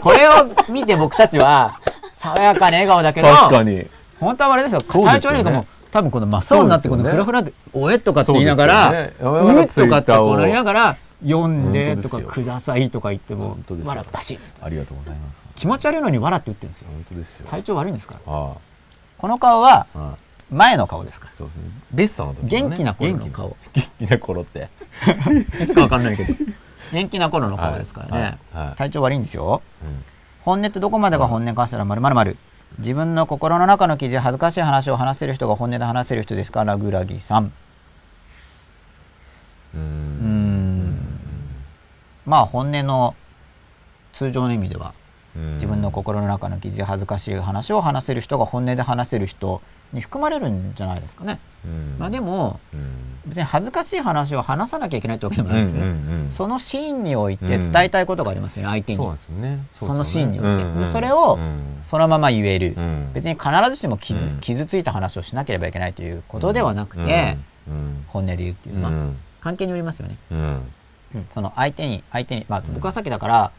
これを見て僕たちは爽やかな笑顔だけど確かに本当はあれですよそうで体す調よね悪いのもう多分この真っ青になってそこうですよのフねラフラで「おえ?」とかって言いながそうでら「すうっ?」よね山田とかってこうなり Twitter なをがら「読んで」本当でとすか「よください」とか言っても本当ですよわらばしありがとうございます気持ち悪いのにわらって言ってるんですよ本当ですよ体調悪いんですからあこの顔はあああ前の顔ですからそうですねベストの時のね元気な頃の元顔気な元気な頃っていつかわかんないけど元気な頃の顔ですからね、はいはい体調悪いんですようん本音ってどこまでが本音かしたらまるまるまる自分の心の中の記事恥ずかしい話を話せる人が本音で話せる人ですかラグラギさんううーんんまあ本音の通常の意味ではうん自分の心の中の記事恥ずかしい話を話せる人が本音で話せる人に含まれるんじゃないですかね、うんまあでもうん別に恥ずかしい話を話さなきゃいけないってわけでもないですね、うんうんうんそのシーンにおいて伝えたいことがありますよね、相手にそうなんですよねうですよねそのシーンにおいてうんうんでそれをうんそのまま言える、うん別に必ずしも傷,、うん傷ついた話をしなければいけないということではなくて、うん本音で言うっていううんのは、うん関係によりますよね、うんうんその相手に相手に、まあ、ん僕はさっきだから、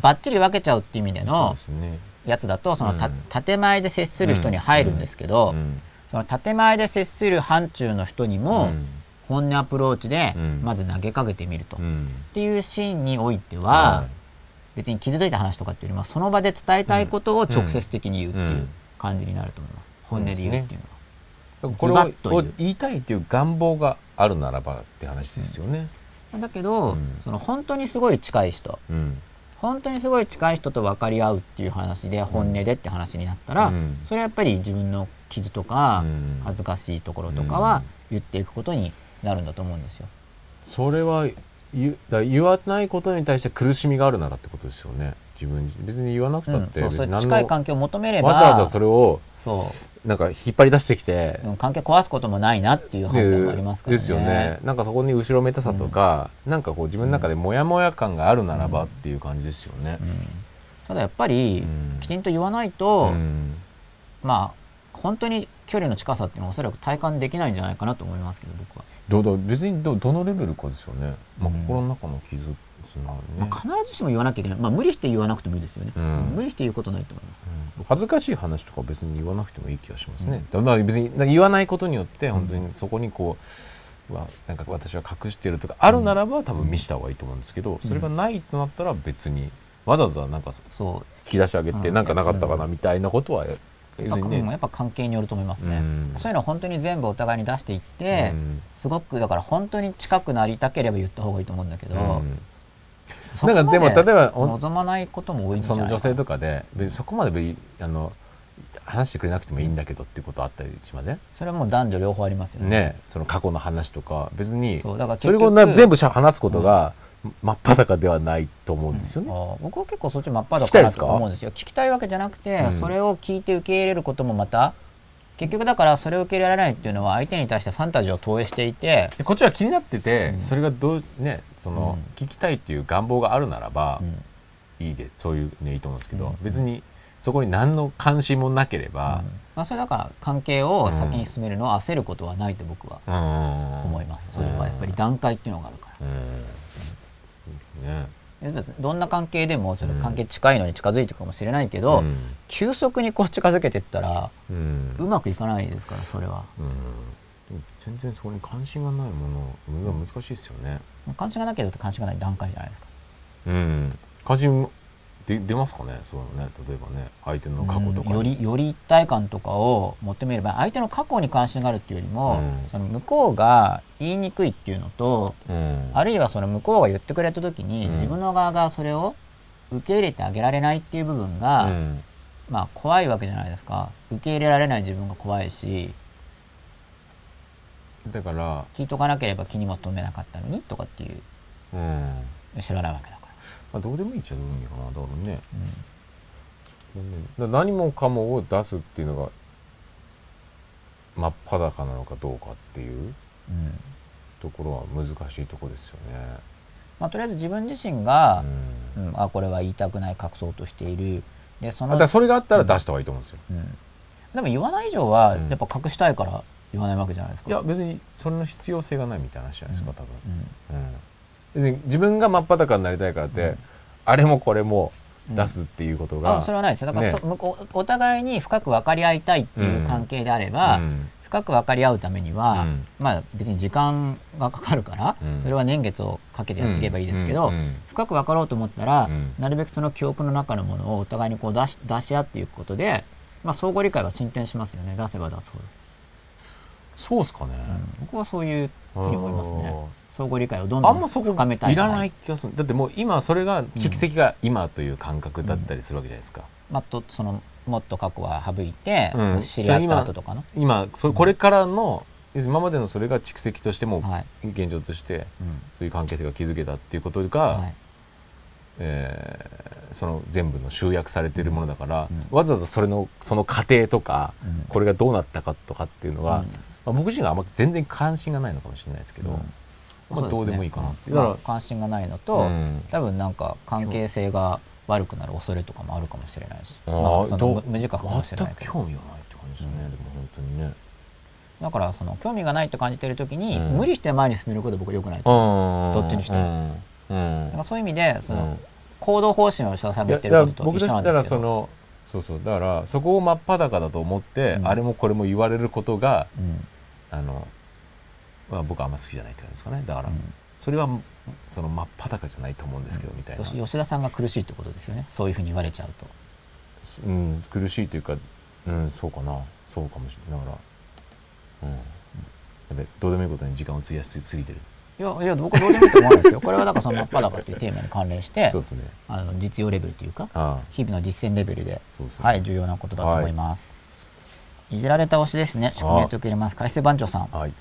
バッチリ分けちゃうっていう意味でそうのですねやつだとそのた、うん建前で接する人に入るんですけど、うんその建前で接する範疇の人にも、うん本音アプローチでうんまず投げかけてみると、うっんていうシーンにおいては、別に傷ついた話とかっていうよりもその場で伝えたいことを直接的に言うってうんういうん感じになると思います、本音で言うっていうのは、うんズバッと言うこれを言いたいっていう願望があるならばって話ですよねだけど、うんその本当にすごい近い人うん本当にすごい近い人と分かり合うっていう話で本音でって話になったら、うんそれはやっぱり自分の傷とか、うん恥ずかしいところとかは言っていくことになるんだと思うんですよ。それは言うだから言わないことに対して苦しみがあるならってことですよね自分自別に言わなくうたんっ、てそう別そにう何近いの関係を求めればわざわざそれをそうなんか引っ張り出してきてうん関係壊すこともないなっていう判断もありますからね。ですよねなんかそこに後ろめたさとか、なんかこう自分の中でモヤモヤ感があるならばっていう感じですよね、うんただやっぱりうんきちんと言わないと、うんまあ本当に距離の近さっていうのはおそらく体感できないんじゃないかなと思いますけど僕は、どうだ別にどどのレベルかですよね、まあうん心の中の傷つなるまねあ、、必ずしも言わなきゃいけない、まあ、無理して言わなくてもいいですよね、うん無理して言うことないと思います、うん恥ずかしい話とか別に言わなくてもいい気がしますね、だから別に言わないことによって本当にそこにこう、うわなんか私は隠してるとかあるならば多分見した方がいいと思うんですけど、それがないとなったら別にわざわざなんかそう引き出し上げてうんなんかなかったかなみたいなことは別まあにうんやねっぱ関係によると思いますね、うんそういうのは本当に全部お互いに出していって、うんすごくだから本当に近くなりたければ言った方がいいと思うんだけど、うんそこまなんかでも例えばお望まないことも多いんじゃそないのかな女性とかで別にそこまで別にあの話してくれなくてもいいんだけどっていうことあったりしませんそれはもう男女両方ありますよねねその過去の話とか別にそうだから結それ局をな全部しゃ話すことが真っ裸ではないと思うんですよね。あー僕は結構そっち真っ裸聞きたかいでなすとか思うんですよ聞きたいわけじゃなくて、うんそれを聞いて受け入れることもまた結局だからそれを受け入れられないっていうのは相手に対してファンタジーを投影していてでこっちは気になってて、うんそれがどうねその、う聞きたいっていう願望があるならば、うんいいでそういうねいいと思うんですけど、うん別にそこに何の関心もなければ、まあ、それだから関係を先に進めるのは焦ることはないと僕はうん、思います、それはやっぱり段階っていうのがあるから。うん、うんねどんな関係でもそれ関係近いのに近づいていくかもしれないけど、うん急速にこう近づけていったらうんうまくいかないですからそれはうんでも全然そこに関心がないものが難しいですよね。関心がなければ関心がない段階じゃないですかうん、関心で出ますかねそういうのね例えばね相手の過去とかに、うんよりより一体感とかを求めれば相手の過去に関心があるっていうよりも、うんその向こうが言いにくいっていうのとうん、あるいはその向こうが言ってくれた時に、うん自分の側がそれを受け入れてあげられないっていう部分うが、んまあ怖いわけじゃないですか受け入れられない自分が怖いしだから、聞いとかなければ気にも留めなかったのにとかっていううんま知らないわけだから、あ、どうでもいいっちゃどうでもいいかなだからねうんだから何もかもを出すっていうのが真っ裸なのかどうかっていううんところは難しいところですよね。まあ、とりあえず自分自身がう、うんんあこれは言いたくない隠そうとしているでそのだからそれがあったら出した方がいいと思うんですよ。うん、でも言わない以上はうんやっぱ隠したいから言わないわけじゃないですか。いや別にそれの必要性がないみたいな話じゃないですか多分。うんうん別に自分が真っ裸になりたいからって、あれもこれも出すっていうことが、あそれはないですよだからそ、ね向こうお互いに深く分かり合いたいっていう関係であれば、うん深く分かり合うためには、うんまあ別に時間がかかるから、うんそれは年月をかけてやっていけばいいですけど、うんうん深く分かろうと思ったら、うんなるべくその記憶の中のものをお互いにこう出し出し合っていくことで、まあ、相互理解は進展しますよね出せば出すほど、そうっすかね。うん僕はそういうふうに思いますねあー相互理解をどんあどんんまそこ深めたいいらない気がするだってもう今それが蓄積が今という感覚だったりするわけじゃないですか、まあ、とそのもっと過去は省いて、うんその知り合った後とかの、今それこれからの要するに今までのそれが蓄積としてもうはい現状としうてんそういう関係性が築けたっていうことが、はいえーその全部の集約されてるものだから、うわざわざそれのその過程とか、うんこれがどうなったかとかっていうのは、うんまあ、僕自身があんま全然関心がないのかもしれないですけど、うんまあ、どうでもいいかなっそて、うですねだかまらあ、関心がないのと、うん多分なんか関係性が悪くなる恐れとかもあるかもしれないし、あまあ、ーそのどう無無自覚かもしれないけ全くど興味がないって感じですね、うんでも本当にねだからその興味がないって感じてる時に、うん無理して前に進めることは僕は良くないとどどっちにしても、うんうんだからそういう意味でその、うん行動方針を下いげやてだるこからとと僕一た緒ちなだんかですらけど、そのそうそうだからそこを真っ裸だと思って、うんあれもこれも言われることがうんあの、まあ、僕はあんま好きじゃないって感じですかねだから、うんそれはその真っ裸じゃないと思うんですけど、みたいな、吉吉田さんが苦しいってことですよねそういうふうに言われちゃうと。うん、苦しいというか、うん、そうかなそうかもしれないだから、うん、やべどうでもいいことに時間を費やしすぎてるいやいや僕はどうでもいいと思わない ですよ。これはだからその真っ裸っていうテーマに関連してそうですねあの実用レベルというかああ日々の実践レベルでそうですねはい重要なことだと思います。い、じられた推しですね宿命と受け入れます改正番長さんはい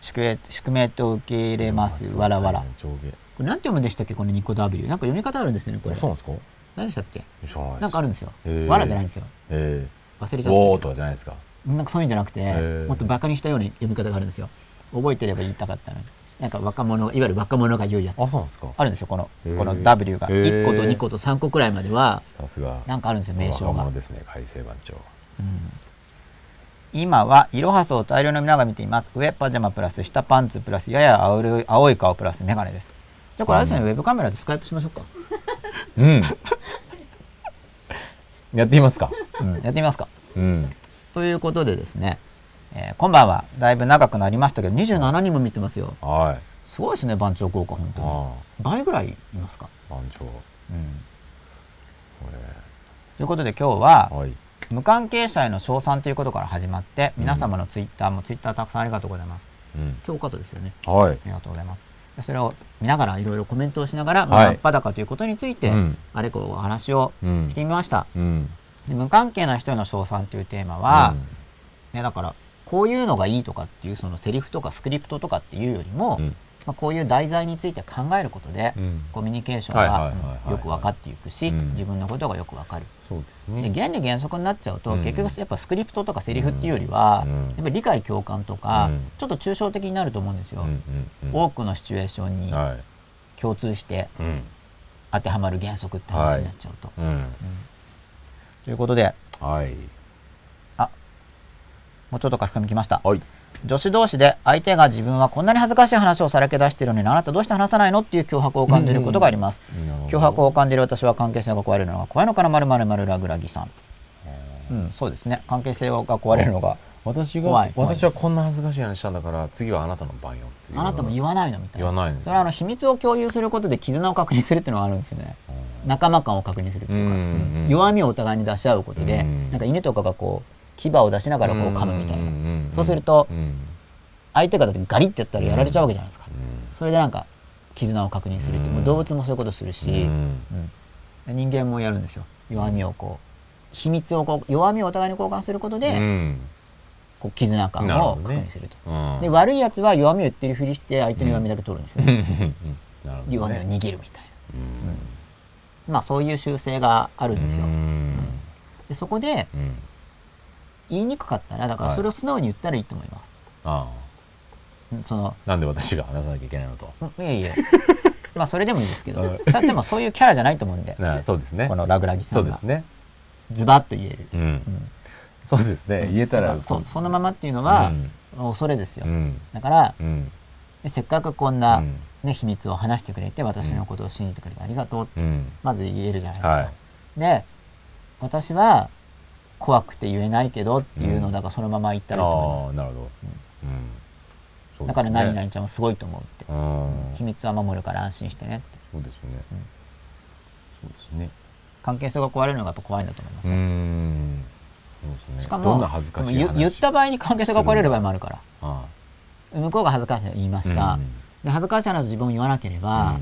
宿命宿命と受け入れますわらわらこ上下れなんて読むんでしたっけこのニコ W なんか読み方あるんですよねこれあそうなんですか何でしたっけ知らないですなんかあるんですよ、へーわらじゃないんですよえ忘れえちゃおっーとかじゃないですかたなんかそういうんじゃなくてへーもっとバカにしたような読み方があるんですよ覚えてれば言いたかったのになんか若者がいわゆる若者が言うやつあそうなんですかあるんですよこのへーこの W がへー1個と2個と3個くらいまではさすがなんかあるんですよ名称若が者ですね改正番長今はイロハスを大量の皆が見ています上パジャマプラス下パンツプラスやや青い青い顔プラスメガネですじゃあこれあれですよねウェブカメラでスカイプしましょうか、うん やってみますかやってみますかうんということでですね、えーこんばんはだいぶ長くなりましたけど27人も見てますよはいすごいですね番長効果本当にあ倍ぐらいいますか、あ番長こうんれということで今日ははい無関係者への称賛ということから始まって皆様のツイッターもツイッターたくさんありがとうございますうん今日かとですよねはいありがとうございます。でそれを見ながらいろいろコメントをしながら、まはあい真っ裸ということについて、うんあれこれお話をうんしてみました。うんで無関係な人への称賛というテーマは、ね、だからこういうのがいいとかっていうそのセリフとかスクリプトとかっていうよりも、うんまあ、こういう題材について考えることで、うんコミュニケーションはいはいがはいはいはいうんよく分かっていくし、うん自分のことがよく分かる。そうですでね原理原則になっちゃうと、うん結局やっぱスクリプトとかセリフっていうよりは、うんやっぱり理解共感とか、うんちょっと抽象的になると思うんですよ。うんうんうん多くのシチュエーションには共通していうん当てはまる原則って話になっちゃうと。うんということではいもうちょっと書き込みきました、はい女子同士で相手が自分はこんなに恥ずかしい話をさらけ出しているのにあなたどうして話さないのっていう脅迫を感じることがあります。脅迫を感じる私は関係性が壊れるのが怖いのかなまるまるまるラグラギさん。うん、そうですね。関係性が壊れるのが、私が怖い怖いです私はこんな恥ずかしい話したんだから次はあなたの番よっていうあなたも言わないのみたいな。言わないのそれはあの秘密を共有することで絆を確認するっていうのがあるんですよね。仲間感を確認するっていうか、うんうんうん弱みをお互いに出し合うことで、うんなんか犬とかがこう牙を出しながらこう噛むみたいな、んんんんそうするとうんうん相手がだってガリってやったらやられちゃうわけじゃないですか、うんそれでなんか絆を確認するって、うんもう動物もそういうことするし、ううんんで人間もやるんですよ弱みをこう秘密をこう弱みをお互いに交換することで、うんこう絆感なるをほど確ね認すると、うんで悪いやつは弱みを言ってるふりして相手の弱みだけ取るんですよ、うんうんうんなるほどね弱みを握るみたいうんなまあそういう習性があるんですよ、うんでそこでうん言いにくかったらだからはいそれを素直に言ったらいいと思います、あうんそのあなんで私が話さなきゃいけないのとうんいやい やまあそれでもいいですけはどいたでもそういうキャラじゃないと思うんでなそうですねこのラグラギさそうんでがすねズバッと言える、ううんんそうですね言えただかららそうそのまままっていうのはうん恐れですよ、うんだからうんねせっかくこんな、うんね、秘密を話してくれて私のことを信じてくれてありがとうってうんまず言えるじゃないですか、はで私は怖くて言えないけどっていうのをだからそのまま言っいたらいいと思いああなるほどうんそうですますねだから何々ちゃんはすごいと思うってうん秘密は守るから安心してねってそうですねうんそうですね関係性が壊れるのがやっぱ怖いんだと思いますうよ、んそうですねしかもどんな恥ずかしでいも話言言った場合に関係性が壊れる場合もあるからあ向こうが恥ずかしいの言いました、うんで恥ずかしい話を自分を言わなければ、あ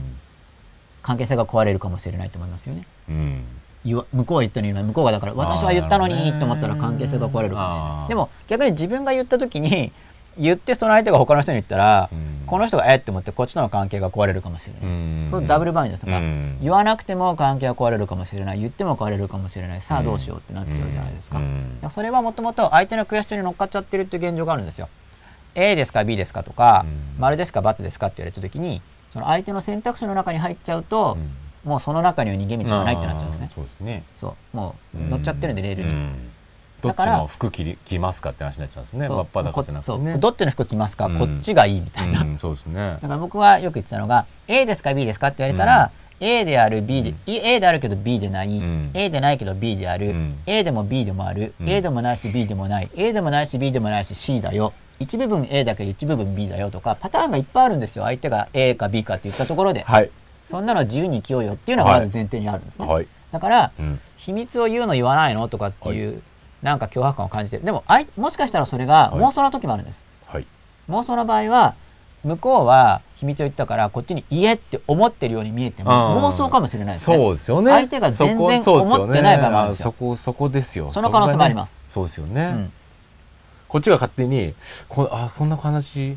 関係性が壊れるかもしれないと思いますよねうんうん言わ向こうは言ったのに向こうがだから私は言ったのなるほにどねと思ったら関係性が壊れるかもしれあないーでも逆に自分が言った時に言ってその相手が他の人に言ったら、うんこの人がえって思ってこっちとの関係が壊れるかもしれない、うんそうダブルバインドですから、うん言わなくても関係は壊れるかもしれない言っても壊れるかもしれないさあどうしようってなっちゃうじゃないですか,、うんうんそれはもともと相手のクエスチョンに乗っかっちゃってるっていう現状があるんですよ A ですか B ですかとか、うん丸ですか×ですかって言われた時にその相手の選択肢の中に入っちゃうと、もうその中には逃げ道がないってなっちゃうんですねあーそうですねそうもう乗っちゃってるんでレールに、うんどだっちからの服着り着ますかって話になっちゃうんですねそう真っ裸じゃなくてこそねうどっちの服着ますか、うんこっちがいいみたいな、うんそうですねだから僕はよく言ってたのが A ですか B ですかって言われたら、A である B で、い A であるけど B でない、うん A でないけど B である、うん A でも B でもある、うん A でもないし B でもない A でもないし B でもないし C だよ一部分 A だけど一部分 B だよとかパターンがいっぱいあるんですよ相手が A か B かって言ったところで、はいそんなの自由に生きようよっていうのがまず前提にあるんですね、はいだから、うん秘密を言うの言わないのとかっていう、なんか脅迫感を感じてるでもあいもしかしたらそれがはい妄想の時もあるんです、はい妄想の場合は向こうは秘密を言ったからこっちに「言え」って思ってるように見えてもうん妄想かもしれないですね。そうですよね相手が全然そこそうすよね思ってない場合もあるんですよそこそこですよその可能性もありますそこがねそうですようねんこっちが勝手にこあそんな話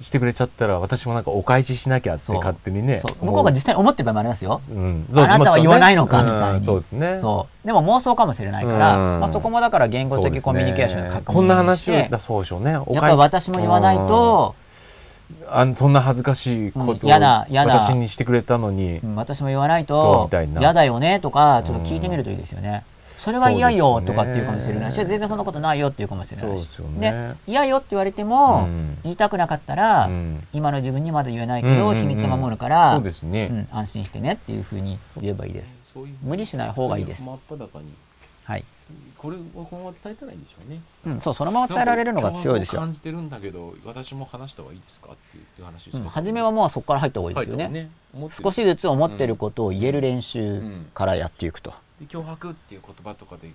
してくれちゃったら私もなんかお返ししなきゃってそう勝手にねそう向こうが実際に思ってる場合もありますよ。うんそうあなたは言わないのかうんみたいに、そうですねそうでも妄想かもしれないから、うんまあ、そこもだから言語そうで的すねコミュニケーションの確認こんな話をしてをだそうでしょうねおやっ返ぱし私も言わないとあんそんな恥ずかしいことうんをやだやだ私にしてくれたのに、うん私も言わないそとうみたいな嫌だよねとかちょっと聞いてみるといいですよね。それは嫌そようでとすねかっていうかもしれないし、全然そんなことないよっていうかもしれないそうしですよね嫌よって言われても、うん言いたくなかったら、うん今の自分にまだ言えないけうんうんど、うん秘密を守るから、そうですね、うん安心してねっていうふうに言えばいいです。無理しない方がいいです真っ裸にはい、これをこのまま伝えたらいいんでしょうねうん、そうそのまま伝えられるのが強いですなよん。か僕は感じてるんだけど私も話した方がいいですかっていう話ですうよん、ね初めはもうそこから入った方がいいですよね。はい思ってる少しずつ思ってることを言える練習からやっていくと。で脅迫っていう言葉とかで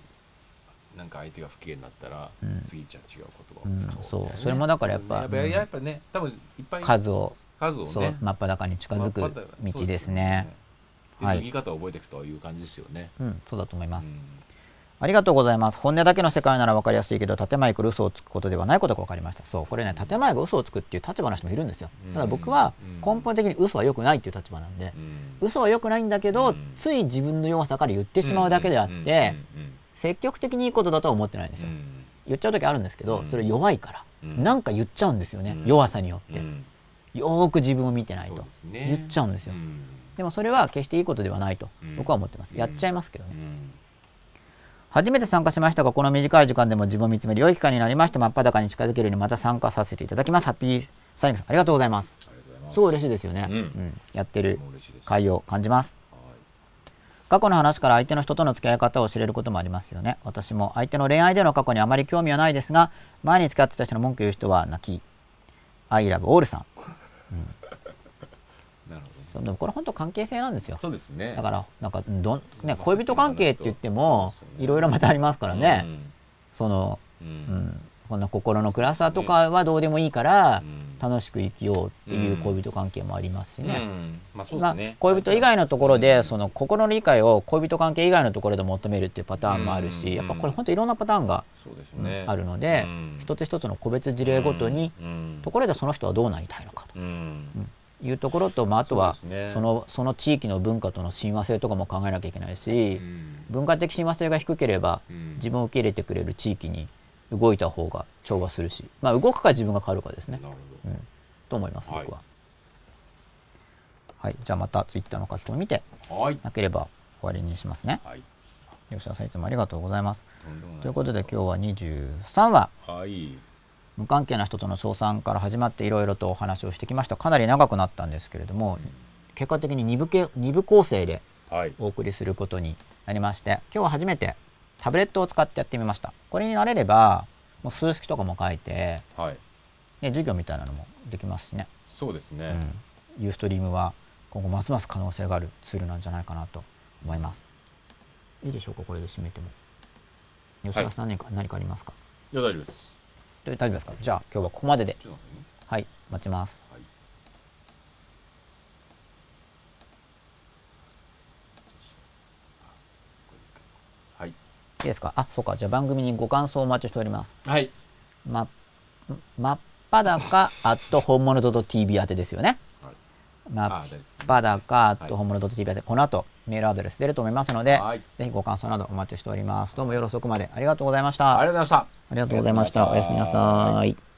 なんか相手が不機嫌になったら、うん次じゃあ違う言葉を使おうみたいなね、うんそうそれもだからやっぱやっぱ,、うんやっぱね多分いっぱい数を、数をねそう真っ裸に近づまあくまだ道ですね。そうですよねではい脱ぎ方を覚えていくという感じですよね、うん、そうだと思います。うんありがとうございます。本音だけの世界なら分かりやすいけど、建前から嘘をつくことではないことが分かりました。そう、これね、建前が嘘をつくっていう立場の人もいるんですよう。んただ僕はうん根本的に嘘は良くないっていう立場なんでう、ん嘘は良くないんだけど、うんつい自分の弱さから言ってしまうだけであっうて、んうんうんうん積極的にいいことだとは思ってないんですよ。言っちゃう時あるんですけうど、んそれ弱いから、うんなんか言っちゃうんですよねう。ん弱さによっうて。んよーく自分を見てないそうとで。すね言っちゃうんですよんでもそれは決していいことではないとうん僕は思ってます。やっちゃいますけどねう。ん初めて参加しましたがこの短い時間でも自分を見つめる良い機会になりまして真っ裸に近づけるようにまた参加させていただきますハッピーサインさんありがとうございますありがとうございますすごい嬉しいですよね、うんやってるもう嬉しいです会を感じますはい過去の話から相手の人との付き合い方を知れることもありますよね私も相手の恋愛での過去にあまり興味はないですが前に付き合ってた人の文句言う人は泣き I love all さんなるほどねそうでもこれ本当関係性なんですよそうですねだからなんかどん、ま、ねあ恋人関係って言ってそもうですよねいろいろまたありますからね、そのうんううんん、こんな心の暗さとかはどうでもいいから、うん楽しく生きようっていうんう恋人関係もありますしうね。んまあそうでがすね恋人以外のところうで、んその心の理解を恋人関係以外のところで求めるっていうパターンもあるし、うんやっぱこれ本当いろんなパターンが、そうですうんねあるので、うん一つ一つの個別事例ごとに、うんところでその人はどうなりたいのかとうんいうところと、まあ、あとはそうですねそのその地域の文化との親和性とかも考えなきゃいけないし、文化的親和性が低ければ、うん自分を受け入れてくれる地域に動いた方が調和するし、まあ、動くか自分が変わるかですねなるうほん、と思います僕はは、いはいじゃあまたツイッターの書き込み見てどはいなければ終わりにしますねはい吉田さんいつもありがとうございますとんでもなということで日今日は23話はい無関係な人との称賛から始まっていろいろとお話をしてきましたかなり長くなったんですけれども結果的に2部け二部構成ではいお送りすることになりまして今日は初めてタブレットを使ってやってみましたこれに慣れればもう数式とかも書いて、はいね、授業みたいなのもできますしね、そうですうねん、ユーストリームは今後ますます可能性があるツールなんじゃないかなと思いますいいでしょうかこれで締めても吉田さん何か,、何かありますかいや大丈夫です大丈夫ですかじゃあ今日はここまででちょっと待ってねはい待ちますはいじゃあはいいいですかあそうかじゃあ番組にご感想をお待ちしておりますはいま、まっぱだか、アット本物 .tv 宛てですよね。はいまあっ大丈夫ですぱだか、アット本物 .tv 宛て、この後メールアドレス出ると思いますので、はいぜひご感想などお待ちしております。どうも夜遅くまでありがとうございましあた。りがとうございましたありがとうございました。おやすみなさい。